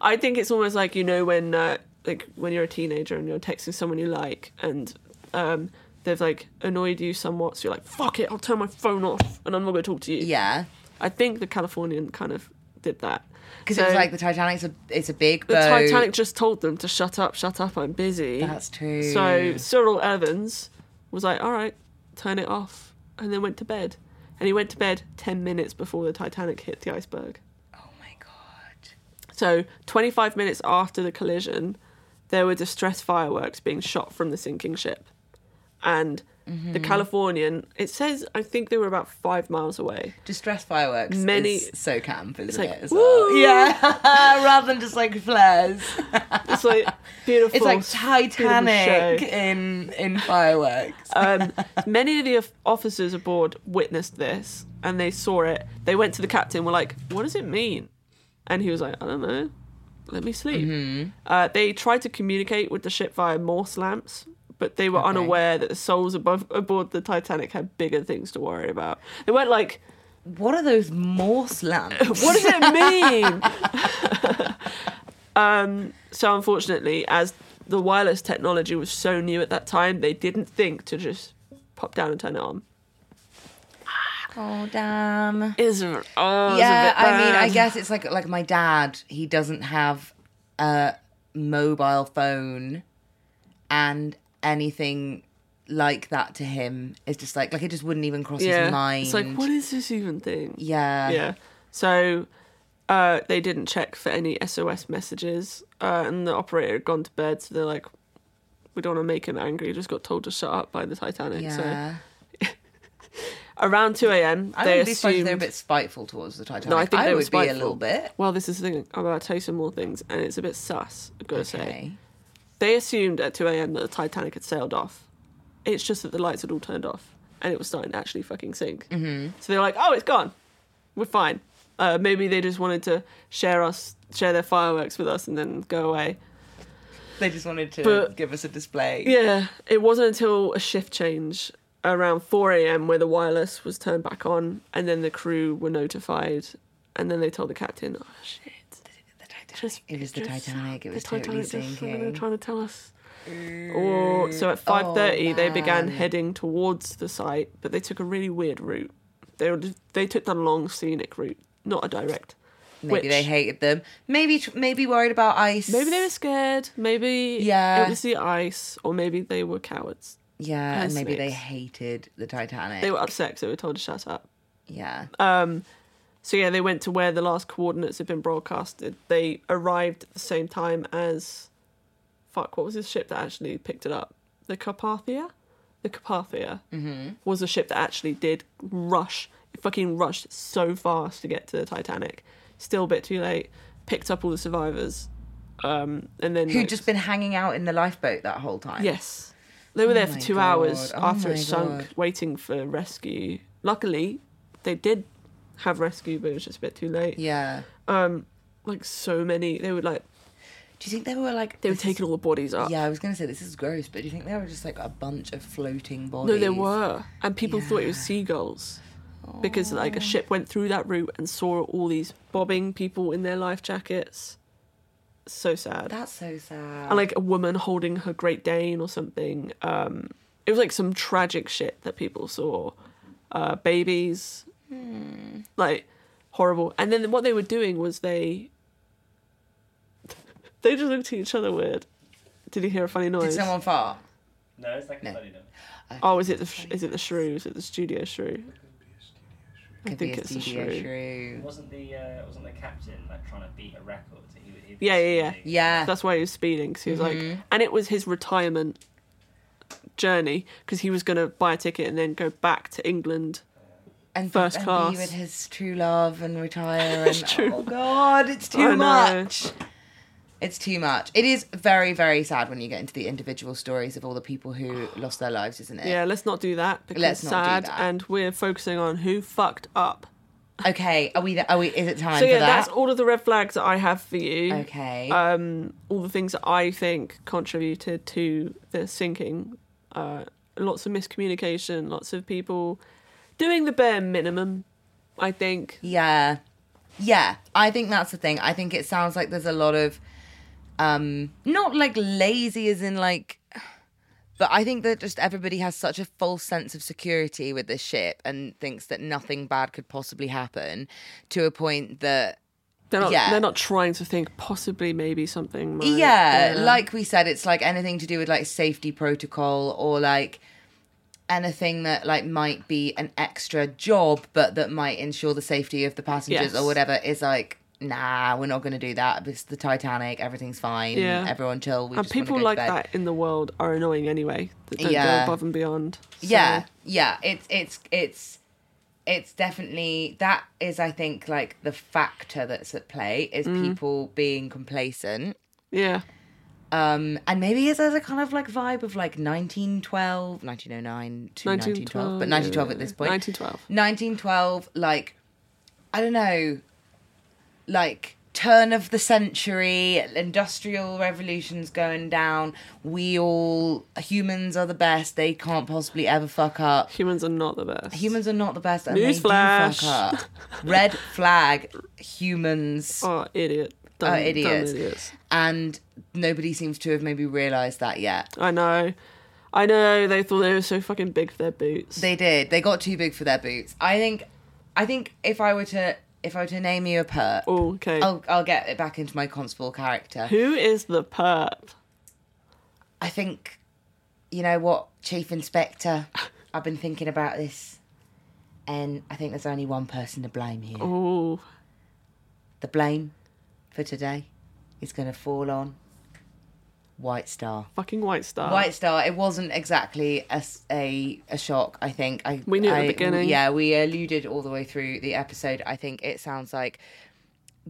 Speaker 1: I think it's almost like you know when uh, like when you're a teenager and you're texting someone you like and um, they've like annoyed you somewhat, so you're like, "Fuck it, I'll turn my phone off and I'm not going to talk to you."
Speaker 2: yeah.
Speaker 1: I think the Californian kind of did that
Speaker 2: Because
Speaker 1: So
Speaker 2: it was like the Titanic's a it's a big
Speaker 1: the
Speaker 2: boat.
Speaker 1: Titanic just told them to shut up, shut up, I'm busy.
Speaker 2: That's true.
Speaker 1: So Cyril Evans was like, "All right, turn it off," and then went to bed. And he went to bed ten minutes before the Titanic hit the iceberg.
Speaker 2: Oh my god.
Speaker 1: So, 25 minutes after the collision, there were distress fireworks being shot from the sinking ship. And the Californian, it says, I think they were about five miles away.
Speaker 2: Distress fireworks.
Speaker 1: Many-
Speaker 2: is so camp, isn't
Speaker 1: like,
Speaker 2: it? as
Speaker 1: woo!
Speaker 2: well? Yeah, rather than just like flares.
Speaker 1: It's like beautiful.
Speaker 2: It's like
Speaker 1: beautiful
Speaker 2: Titanic
Speaker 1: show.
Speaker 2: in in fireworks.
Speaker 1: Um, many of the of- officers aboard witnessed this and they saw it. They went to the captain, were like, what does it mean? And he was like, I don't know. Let me sleep. Uh, they tried to communicate with the ship via Morse lamps, but they were unaware that the souls above aboard the Titanic had bigger things to worry about. They weren't like,
Speaker 2: what are those Morse lamps?
Speaker 1: what does it mean? um, so, unfortunately, as the wireless technology was so new at that time, they didn't think to just pop down and turn it on.
Speaker 2: oh damn.
Speaker 1: Is oh, it's a
Speaker 2: yeah
Speaker 1: bit
Speaker 2: i mean i
Speaker 1: bad.
Speaker 2: guess it's like like my dad he doesn't have a mobile phone and anything like that to him is just like like it just wouldn't even cross
Speaker 1: yeah.
Speaker 2: his mind
Speaker 1: It's like, what is this even thing?
Speaker 2: yeah
Speaker 1: yeah. So uh, they didn't check for any SOS messages, uh, and the operator had gone to bed. So they're like, we don't want to make him angry. He just got told to shut up by the Titanic.
Speaker 2: yeah
Speaker 1: around 2 a.m.
Speaker 2: I
Speaker 1: They
Speaker 2: wouldn't be surprised if
Speaker 1: assumed.
Speaker 2: they're a bit spiteful towards the Titanic.
Speaker 1: no, I think they
Speaker 2: would
Speaker 1: were
Speaker 2: be a
Speaker 1: spiteful.
Speaker 2: little bit.
Speaker 1: Well, this is the thing. I'm about to tell you some more things, and it's a bit sus. I've got to say.
Speaker 2: Okay.
Speaker 1: They assumed at 2 a.m. that the Titanic had sailed off. It's just that the lights had all turned off and it was starting to actually fucking sink. Mm-hmm. So they're like, oh, it's gone. We're fine. Uh, maybe they just wanted to share us, share their fireworks with us and then go away.
Speaker 2: They just wanted to
Speaker 1: But-
Speaker 2: give us a display.
Speaker 1: Yeah, it wasn't until a shift change around 4 a.m. where the wireless was turned back on and then the crew were notified and then they told the captain, oh, shit.
Speaker 2: The Titanic.
Speaker 1: Just-
Speaker 2: it was the
Speaker 1: just-
Speaker 2: Titanic. It
Speaker 1: the
Speaker 2: was
Speaker 1: Titanic
Speaker 2: totally
Speaker 1: just fucking
Speaker 2: sinking.
Speaker 1: trying to tell us. Or so at
Speaker 2: Oh,
Speaker 1: 5:30 they began
Speaker 2: man.
Speaker 1: heading towards the site, but they took a really weird route. They were, they took the long scenic route, not a direct.
Speaker 2: Maybe they hated them. Maybe tr- maybe worried about ice.
Speaker 1: Maybe they were scared. Maybe
Speaker 2: Yeah.
Speaker 1: it was the ice, or maybe they were cowards.
Speaker 2: yeah,
Speaker 1: had
Speaker 2: and maybe they
Speaker 1: snakes.
Speaker 2: hated the Titanic.
Speaker 1: They were uh, upset 'cause they were told to shut up.
Speaker 2: yeah.
Speaker 1: So yeah, they went to where the last coordinates had been broadcasted. They arrived at the same time as, fuck, what was this ship that actually picked it up? The Carpathia. The Carpathia
Speaker 2: Mm-hmm.
Speaker 1: was a ship that actually did rush, it fucking rushed so fast to get to the Titanic. Still a bit too late. Picked up all the survivors, um, and then
Speaker 2: Who'd
Speaker 1: like,
Speaker 2: just been hanging out in the lifeboat that whole time?
Speaker 1: Yes. They were there for
Speaker 2: my
Speaker 1: two
Speaker 2: God.
Speaker 1: hours
Speaker 2: Oh
Speaker 1: after
Speaker 2: my
Speaker 1: it sunk,
Speaker 2: God.
Speaker 1: waiting for rescue. Luckily, they did have rescue, but it was just a bit too late.
Speaker 2: Yeah.
Speaker 1: Like so many, they would like
Speaker 2: Do you think they were like
Speaker 1: they were
Speaker 2: this is-
Speaker 1: taking all the bodies up.
Speaker 2: Yeah, I was gonna say this is gross, but do you think they were just like a bunch of floating bodies?
Speaker 1: No, there were, and people thought it was seagulls because like a ship went through that route and saw all these bobbing people in their life jackets. So sad.
Speaker 2: That's so sad.
Speaker 1: and like a woman holding her Great Dane or something. Um, it was like some tragic shit that people saw. Uh, babies,
Speaker 2: Hmm.
Speaker 1: like horrible. And then what they were doing was they they just looked at each other weird. Did you hear a funny
Speaker 2: Did
Speaker 1: noise?
Speaker 2: someone fart?
Speaker 4: No, it's like a
Speaker 2: No.
Speaker 4: funny note.
Speaker 1: Oh, is it the sh- is it the shrew? Is it the studio shrew? I
Speaker 2: Could be
Speaker 1: think
Speaker 2: a
Speaker 1: it's the
Speaker 2: studio
Speaker 1: shrew.
Speaker 2: shrew.
Speaker 4: Wasn't the uh, wasn't the captain like trying to beat a record? So he would hit
Speaker 1: Yeah, yeah, yeah.
Speaker 2: Yeah.
Speaker 1: That's why he was speeding. 'cause he was
Speaker 2: Mm-hmm.
Speaker 1: like, and it was his retirement journey because he was going to buy a ticket and then go back to England
Speaker 2: and
Speaker 1: first
Speaker 2: and
Speaker 1: class.
Speaker 2: be with his true love and retire.
Speaker 1: His
Speaker 2: and,
Speaker 1: true
Speaker 2: Oh God, it's too
Speaker 1: I know.
Speaker 2: much. It's too much. It is very, very sad when you get into the individual stories of all the people who lost their lives, isn't it?
Speaker 1: Yeah, let's not do that because
Speaker 2: Let's
Speaker 1: it's
Speaker 2: not
Speaker 1: sad,
Speaker 2: do that.
Speaker 1: and we're focusing on who fucked up.
Speaker 2: Okay. Are we? Are we? Is it time
Speaker 1: so
Speaker 2: for
Speaker 1: yeah,
Speaker 2: that?
Speaker 1: that's all of the red flags that I have for you.
Speaker 2: okay.
Speaker 1: Um, all the things that I think contributed to the sinking. Uh, lots of miscommunication. Lots of people doing the bare minimum. I think.
Speaker 2: Yeah. Yeah. I think that's the thing. I think it sounds like there's a lot of um not like lazy as in like but I think that just everybody has such a false sense of security with this ship and thinks that nothing bad could possibly happen to a point that
Speaker 1: They're not.
Speaker 2: Yeah.
Speaker 1: They're not trying to think. Possibly, maybe something. might-
Speaker 2: yeah, like we said, it's like anything to do with like safety protocol or like anything that like might be an extra job, but that might ensure the safety of the passengers
Speaker 1: Yes.
Speaker 2: or whatever is like, nah, we're not going to do that. It's the Titanic. Everything's fine.
Speaker 1: Yeah.
Speaker 2: everyone chill. We
Speaker 1: and
Speaker 2: just wanna
Speaker 1: people
Speaker 2: go to
Speaker 1: like
Speaker 2: bed.
Speaker 1: that in the world are annoying anyway. That don't
Speaker 2: Yeah.
Speaker 1: go above and beyond. So-
Speaker 2: Yeah, yeah. It's it's it's it's definitely that is I think like the factor that's at play is
Speaker 1: Mm.
Speaker 2: people being complacent.
Speaker 1: Yeah.
Speaker 2: Um, and maybe it's as a kind of like vibe of like 1912, 1909 to 1912, but 1912 at this point.
Speaker 1: 1912.
Speaker 2: 1912, like, I don't know, like turn of the century, industrial revolution's going down. We all, humans are the best. They can't possibly ever fuck up.
Speaker 1: Humans are not the best.
Speaker 2: Humans are not the best. And they
Speaker 1: Newsflash.
Speaker 2: do fuck up. Red flag, humans.
Speaker 1: are Oh, idiot. Dumb,
Speaker 2: Are
Speaker 1: dumb
Speaker 2: idiots.
Speaker 1: idiots.
Speaker 2: And nobody seems to have maybe realised that yet.
Speaker 1: I know. I know. They thought they were so fucking big for their boots.
Speaker 2: They did. They got too big for their boots. I think. I think if I were to if I were to name you a perp,
Speaker 1: oh, okay.
Speaker 2: I'll I'll get it back into my constable character.
Speaker 1: Who is the perp?
Speaker 2: I think, you know what, Chief Inspector, I've been thinking about this, and I think there's only one person to blame here.
Speaker 1: Oh,
Speaker 2: The blame for today is going to fall on White Star.
Speaker 1: Fucking White Star.
Speaker 2: White Star. It wasn't exactly a s- a, a shock. I think I
Speaker 1: We knew at the
Speaker 2: I-
Speaker 1: beginning.
Speaker 2: Yeah, we alluded all the way through the episode. I think it sounds like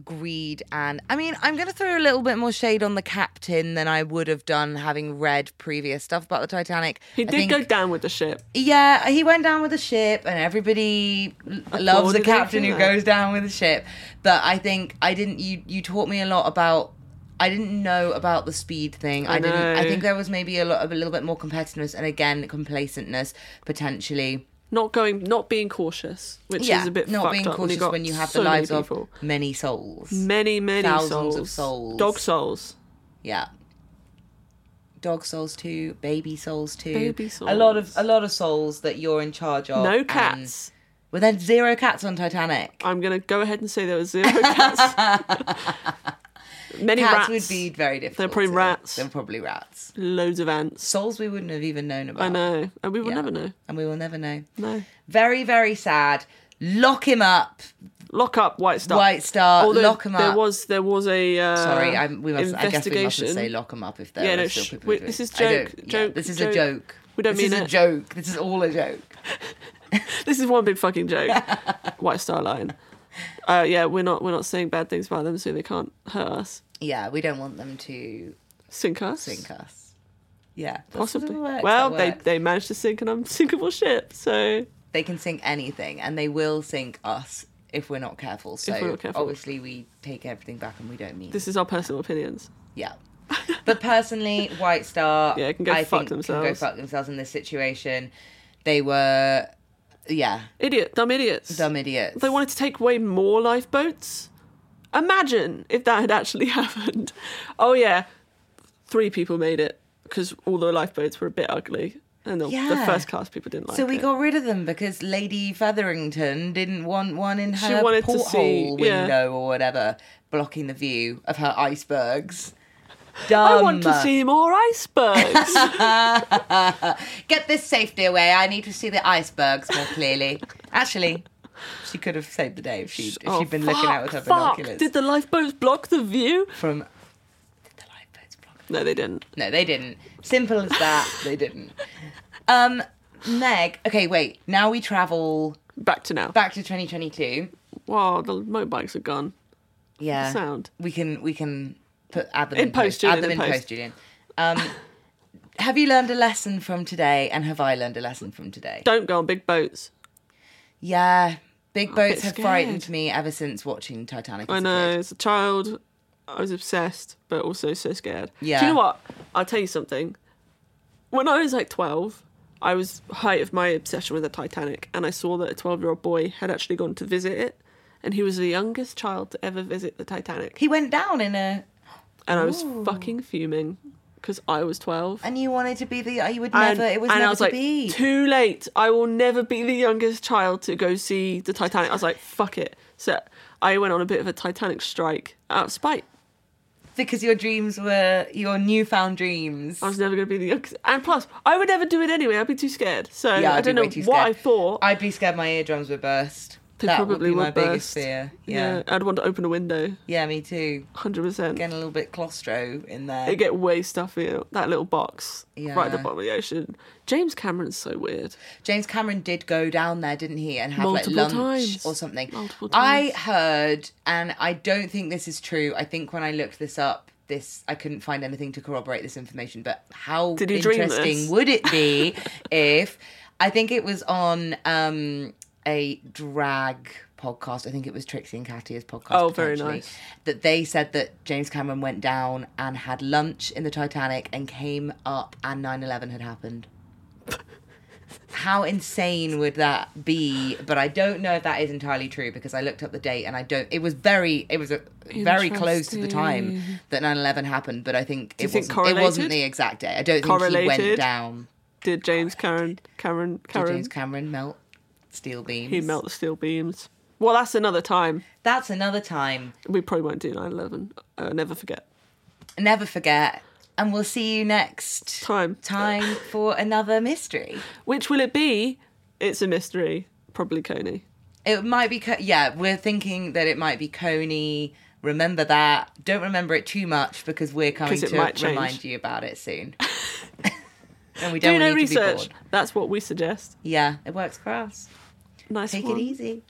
Speaker 2: greed and I mean I'm gonna throw a little bit more shade on the captain than I would have done having read previous stuff about the Titanic.
Speaker 1: He
Speaker 2: I
Speaker 1: did
Speaker 2: think-
Speaker 1: go down with the ship.
Speaker 2: yeah, he went down with the ship, and everybody l- loves the
Speaker 1: Applauded him
Speaker 2: captain
Speaker 1: for
Speaker 2: who
Speaker 1: that.
Speaker 2: goes down with the ship. But I think I didn't. You you taught me a lot about. I didn't know about the speed thing. I, didn't. I
Speaker 1: know.
Speaker 2: think there was maybe a lot of a little bit more competitiveness and again complacentness potentially.
Speaker 1: Not going, not being cautious, which
Speaker 2: yeah,
Speaker 1: is a bit
Speaker 2: not
Speaker 1: fucked
Speaker 2: being
Speaker 1: up
Speaker 2: cautious
Speaker 1: when you, got
Speaker 2: when you have
Speaker 1: so
Speaker 2: the
Speaker 1: many
Speaker 2: lives of
Speaker 1: people. Mm.
Speaker 2: many souls.
Speaker 1: many, many
Speaker 2: Thousands of souls.
Speaker 1: Dog souls.
Speaker 2: Yeah. Dog souls too, baby souls too,
Speaker 1: Baby
Speaker 2: a lot of
Speaker 1: souls.
Speaker 2: a lot of souls that you're in charge of.
Speaker 1: No
Speaker 2: Oh, and-
Speaker 1: cats.
Speaker 2: Well, there's zero cats on Titanic.
Speaker 1: I'm gonna go ahead and say there were zero cats. many rats.
Speaker 2: Cats would be very difficult.
Speaker 1: probably
Speaker 2: to-
Speaker 1: rats.
Speaker 2: They're probably rats.
Speaker 1: loads of ants.
Speaker 2: Souls we wouldn't have even known about.
Speaker 1: I know, and we will
Speaker 2: Yeah.
Speaker 1: never know.
Speaker 2: And we will never know.
Speaker 1: No,
Speaker 2: Very, very sad. Lock him up,
Speaker 1: lock up White Star.
Speaker 2: White Star.
Speaker 1: Although
Speaker 2: lock him up.
Speaker 1: there was there was a uh,
Speaker 2: Sorry, I, we must. I guess we mustn't
Speaker 1: investigation.
Speaker 2: say lock him up if there
Speaker 1: Yeah,
Speaker 2: are
Speaker 1: no,
Speaker 2: still
Speaker 1: sh-
Speaker 2: people.
Speaker 1: we-
Speaker 2: who-
Speaker 1: this is
Speaker 2: I don't-
Speaker 1: joke,
Speaker 2: yeah,
Speaker 1: joke,
Speaker 2: This is a
Speaker 1: joke.
Speaker 2: joke.
Speaker 1: We don't
Speaker 2: this
Speaker 1: mean
Speaker 2: is a
Speaker 1: it.
Speaker 2: joke. This is all a joke.
Speaker 1: This is one big fucking joke. White Star Line. Uh, yeah, we're not we're not saying bad things about them, so they can't hurt us,
Speaker 2: Yeah, we don't want them to
Speaker 1: sink us,
Speaker 2: sink us. Yeah, that's- that
Speaker 1: possibly.
Speaker 2: works,
Speaker 1: well,
Speaker 2: that
Speaker 1: they
Speaker 2: works.
Speaker 1: they managed to sink an unsinkable ship, so
Speaker 2: they can sink anything and they will sink us if we're not careful. So
Speaker 1: we're not careful.
Speaker 2: obviously we take everything back and we don't mean
Speaker 1: this is our personal opinions.
Speaker 2: yeah. But personally, White Star
Speaker 1: Yeah, can go
Speaker 2: I
Speaker 1: fuck
Speaker 2: think can go
Speaker 1: themselves.
Speaker 2: fuck themselves in this situation. They were yeah,
Speaker 1: Idiot, dumb idiots.
Speaker 2: dumb idiots.
Speaker 1: They wanted to take away more lifeboats. Imagine if that had actually happened. Oh yeah, three people made it because all the lifeboats were a bit ugly, and the,
Speaker 2: Yeah.
Speaker 1: the first class people didn't like
Speaker 2: so we
Speaker 1: it.
Speaker 2: got rid of them because Lady Featherington didn't want one in
Speaker 1: She
Speaker 2: her
Speaker 1: wanted to
Speaker 2: porthole
Speaker 1: see- yeah.
Speaker 2: window or whatever, blocking the view of her icebergs.
Speaker 1: I
Speaker 2: Dumb.
Speaker 1: want to see more icebergs.
Speaker 2: Get this safety away. I need to see the icebergs more clearly. Actually, she could have saved the day if she'd, if
Speaker 1: Oh,
Speaker 2: she'd been looking out with her
Speaker 1: fuck, fuck.
Speaker 2: binoculars.
Speaker 1: Did the lifeboats block the view?
Speaker 2: From did the lifeboats block?
Speaker 1: No, they didn't.
Speaker 2: No, they didn't. Simple as that. they didn't. Um, Meg. Okay, wait. Now we travel
Speaker 1: Back to now.
Speaker 2: back to 2022.
Speaker 1: Wow, the motorbikes are gone.
Speaker 2: Yeah.
Speaker 1: Sound.
Speaker 2: We can we can put add them
Speaker 1: In
Speaker 2: in,
Speaker 1: post,
Speaker 2: Add
Speaker 1: Julian,
Speaker 2: them in
Speaker 1: in
Speaker 2: post,
Speaker 1: post.
Speaker 2: Julian. Um, have you learned a lesson from today? And have I learned a lesson from today?
Speaker 1: Don't go on big boats.
Speaker 2: Yeah, big boats
Speaker 1: bit
Speaker 2: have
Speaker 1: scared.
Speaker 2: frightened me ever since watching Titanic. As
Speaker 1: I
Speaker 2: a
Speaker 1: know,
Speaker 2: kid.
Speaker 1: as a child, I was obsessed, but also so scared. Do
Speaker 2: Yeah.
Speaker 1: you know what? I'll tell you something. When I was like 12, I was height of my obsession with the Titanic, and I saw that a 12 year old boy had actually gone to visit it, and he was the youngest child to ever visit the Titanic.
Speaker 2: He went down in a,
Speaker 1: And I was fucking fuming because I was 12.
Speaker 2: and you wanted to be the. You would
Speaker 1: And,
Speaker 2: never. it was
Speaker 1: and
Speaker 2: never
Speaker 1: I was
Speaker 2: to
Speaker 1: like,
Speaker 2: be.
Speaker 1: too late. I will never be the youngest child to go see the Titanic. I was like, fuck it. So I went on a bit of a Titanic strike out of spite.
Speaker 2: because your dreams were your newfound dreams.
Speaker 1: I was never going to be the youngest. And plus, I would never do it anyway. I'd be too scared. So
Speaker 2: Yeah,
Speaker 1: I
Speaker 2: I'd be
Speaker 1: don't know
Speaker 2: way too
Speaker 1: what I
Speaker 2: scared.
Speaker 1: thought.
Speaker 2: I'd be scared my eardrums would burst.
Speaker 1: They
Speaker 2: that
Speaker 1: probably
Speaker 2: would be my
Speaker 1: would
Speaker 2: biggest
Speaker 1: burst.
Speaker 2: fear. Yeah. yeah,
Speaker 1: I'd want to open a window.
Speaker 2: me too.
Speaker 1: 100%.
Speaker 2: Getting a little bit claustro in there.
Speaker 1: It'd get way stuffy. That little box right at the
Speaker 2: Yeah.
Speaker 1: bottom of the ocean. James Cameron's so weird.
Speaker 2: James Cameron did go down there, didn't he, and have
Speaker 1: Multiple
Speaker 2: like lunch
Speaker 1: times.
Speaker 2: or something.
Speaker 1: Multiple
Speaker 2: I heard, and I don't think this is true. I think when I looked this up, this I couldn't find anything to corroborate this information. But how
Speaker 1: Did he dream
Speaker 2: interesting
Speaker 1: this?
Speaker 2: would it be if I think it was on um, a drag podcast? I think it was Trixie and Katya's podcast.
Speaker 1: Oh, very
Speaker 2: potentially,
Speaker 1: nice.
Speaker 2: That they said that James Cameron went down and had lunch in the Titanic and came up, and 9-11 had happened how insane would that be? But I don't know if that is entirely true because I looked up the date and I don't. It was very, it was a, very close to the time that 9/11 happened. But I think
Speaker 1: you
Speaker 2: it
Speaker 1: think
Speaker 2: wasn't. It wasn't
Speaker 1: correlated?
Speaker 2: the exact day. I don't think he went
Speaker 1: Correlated?
Speaker 2: down.
Speaker 1: Did James Cameron, Cameron,
Speaker 2: Oh, Did
Speaker 1: Cameron,
Speaker 2: James Cameron melt steel beams?
Speaker 1: he melt the steel beams? Well, that's another time.
Speaker 2: That's another time.
Speaker 1: We probably won't do 9 11. Uh, never forget.
Speaker 2: Never forget. And we'll see you next
Speaker 1: Time.
Speaker 2: time for another mystery.
Speaker 1: Which will it be? It's a mystery. Probably Coney.
Speaker 2: It might be, Co- yeah, we're thinking that it might be Coney, Remember that. Don't remember it too much because we're coming
Speaker 1: 'Cause it
Speaker 2: to
Speaker 1: might change.
Speaker 2: remind you about it soon. and we
Speaker 1: Do
Speaker 2: don't
Speaker 1: no
Speaker 2: want you to be
Speaker 1: research.
Speaker 2: bored.
Speaker 1: That's what we suggest.
Speaker 2: Yeah, it works for us.
Speaker 1: Nice
Speaker 2: Take
Speaker 1: one.
Speaker 2: it easy.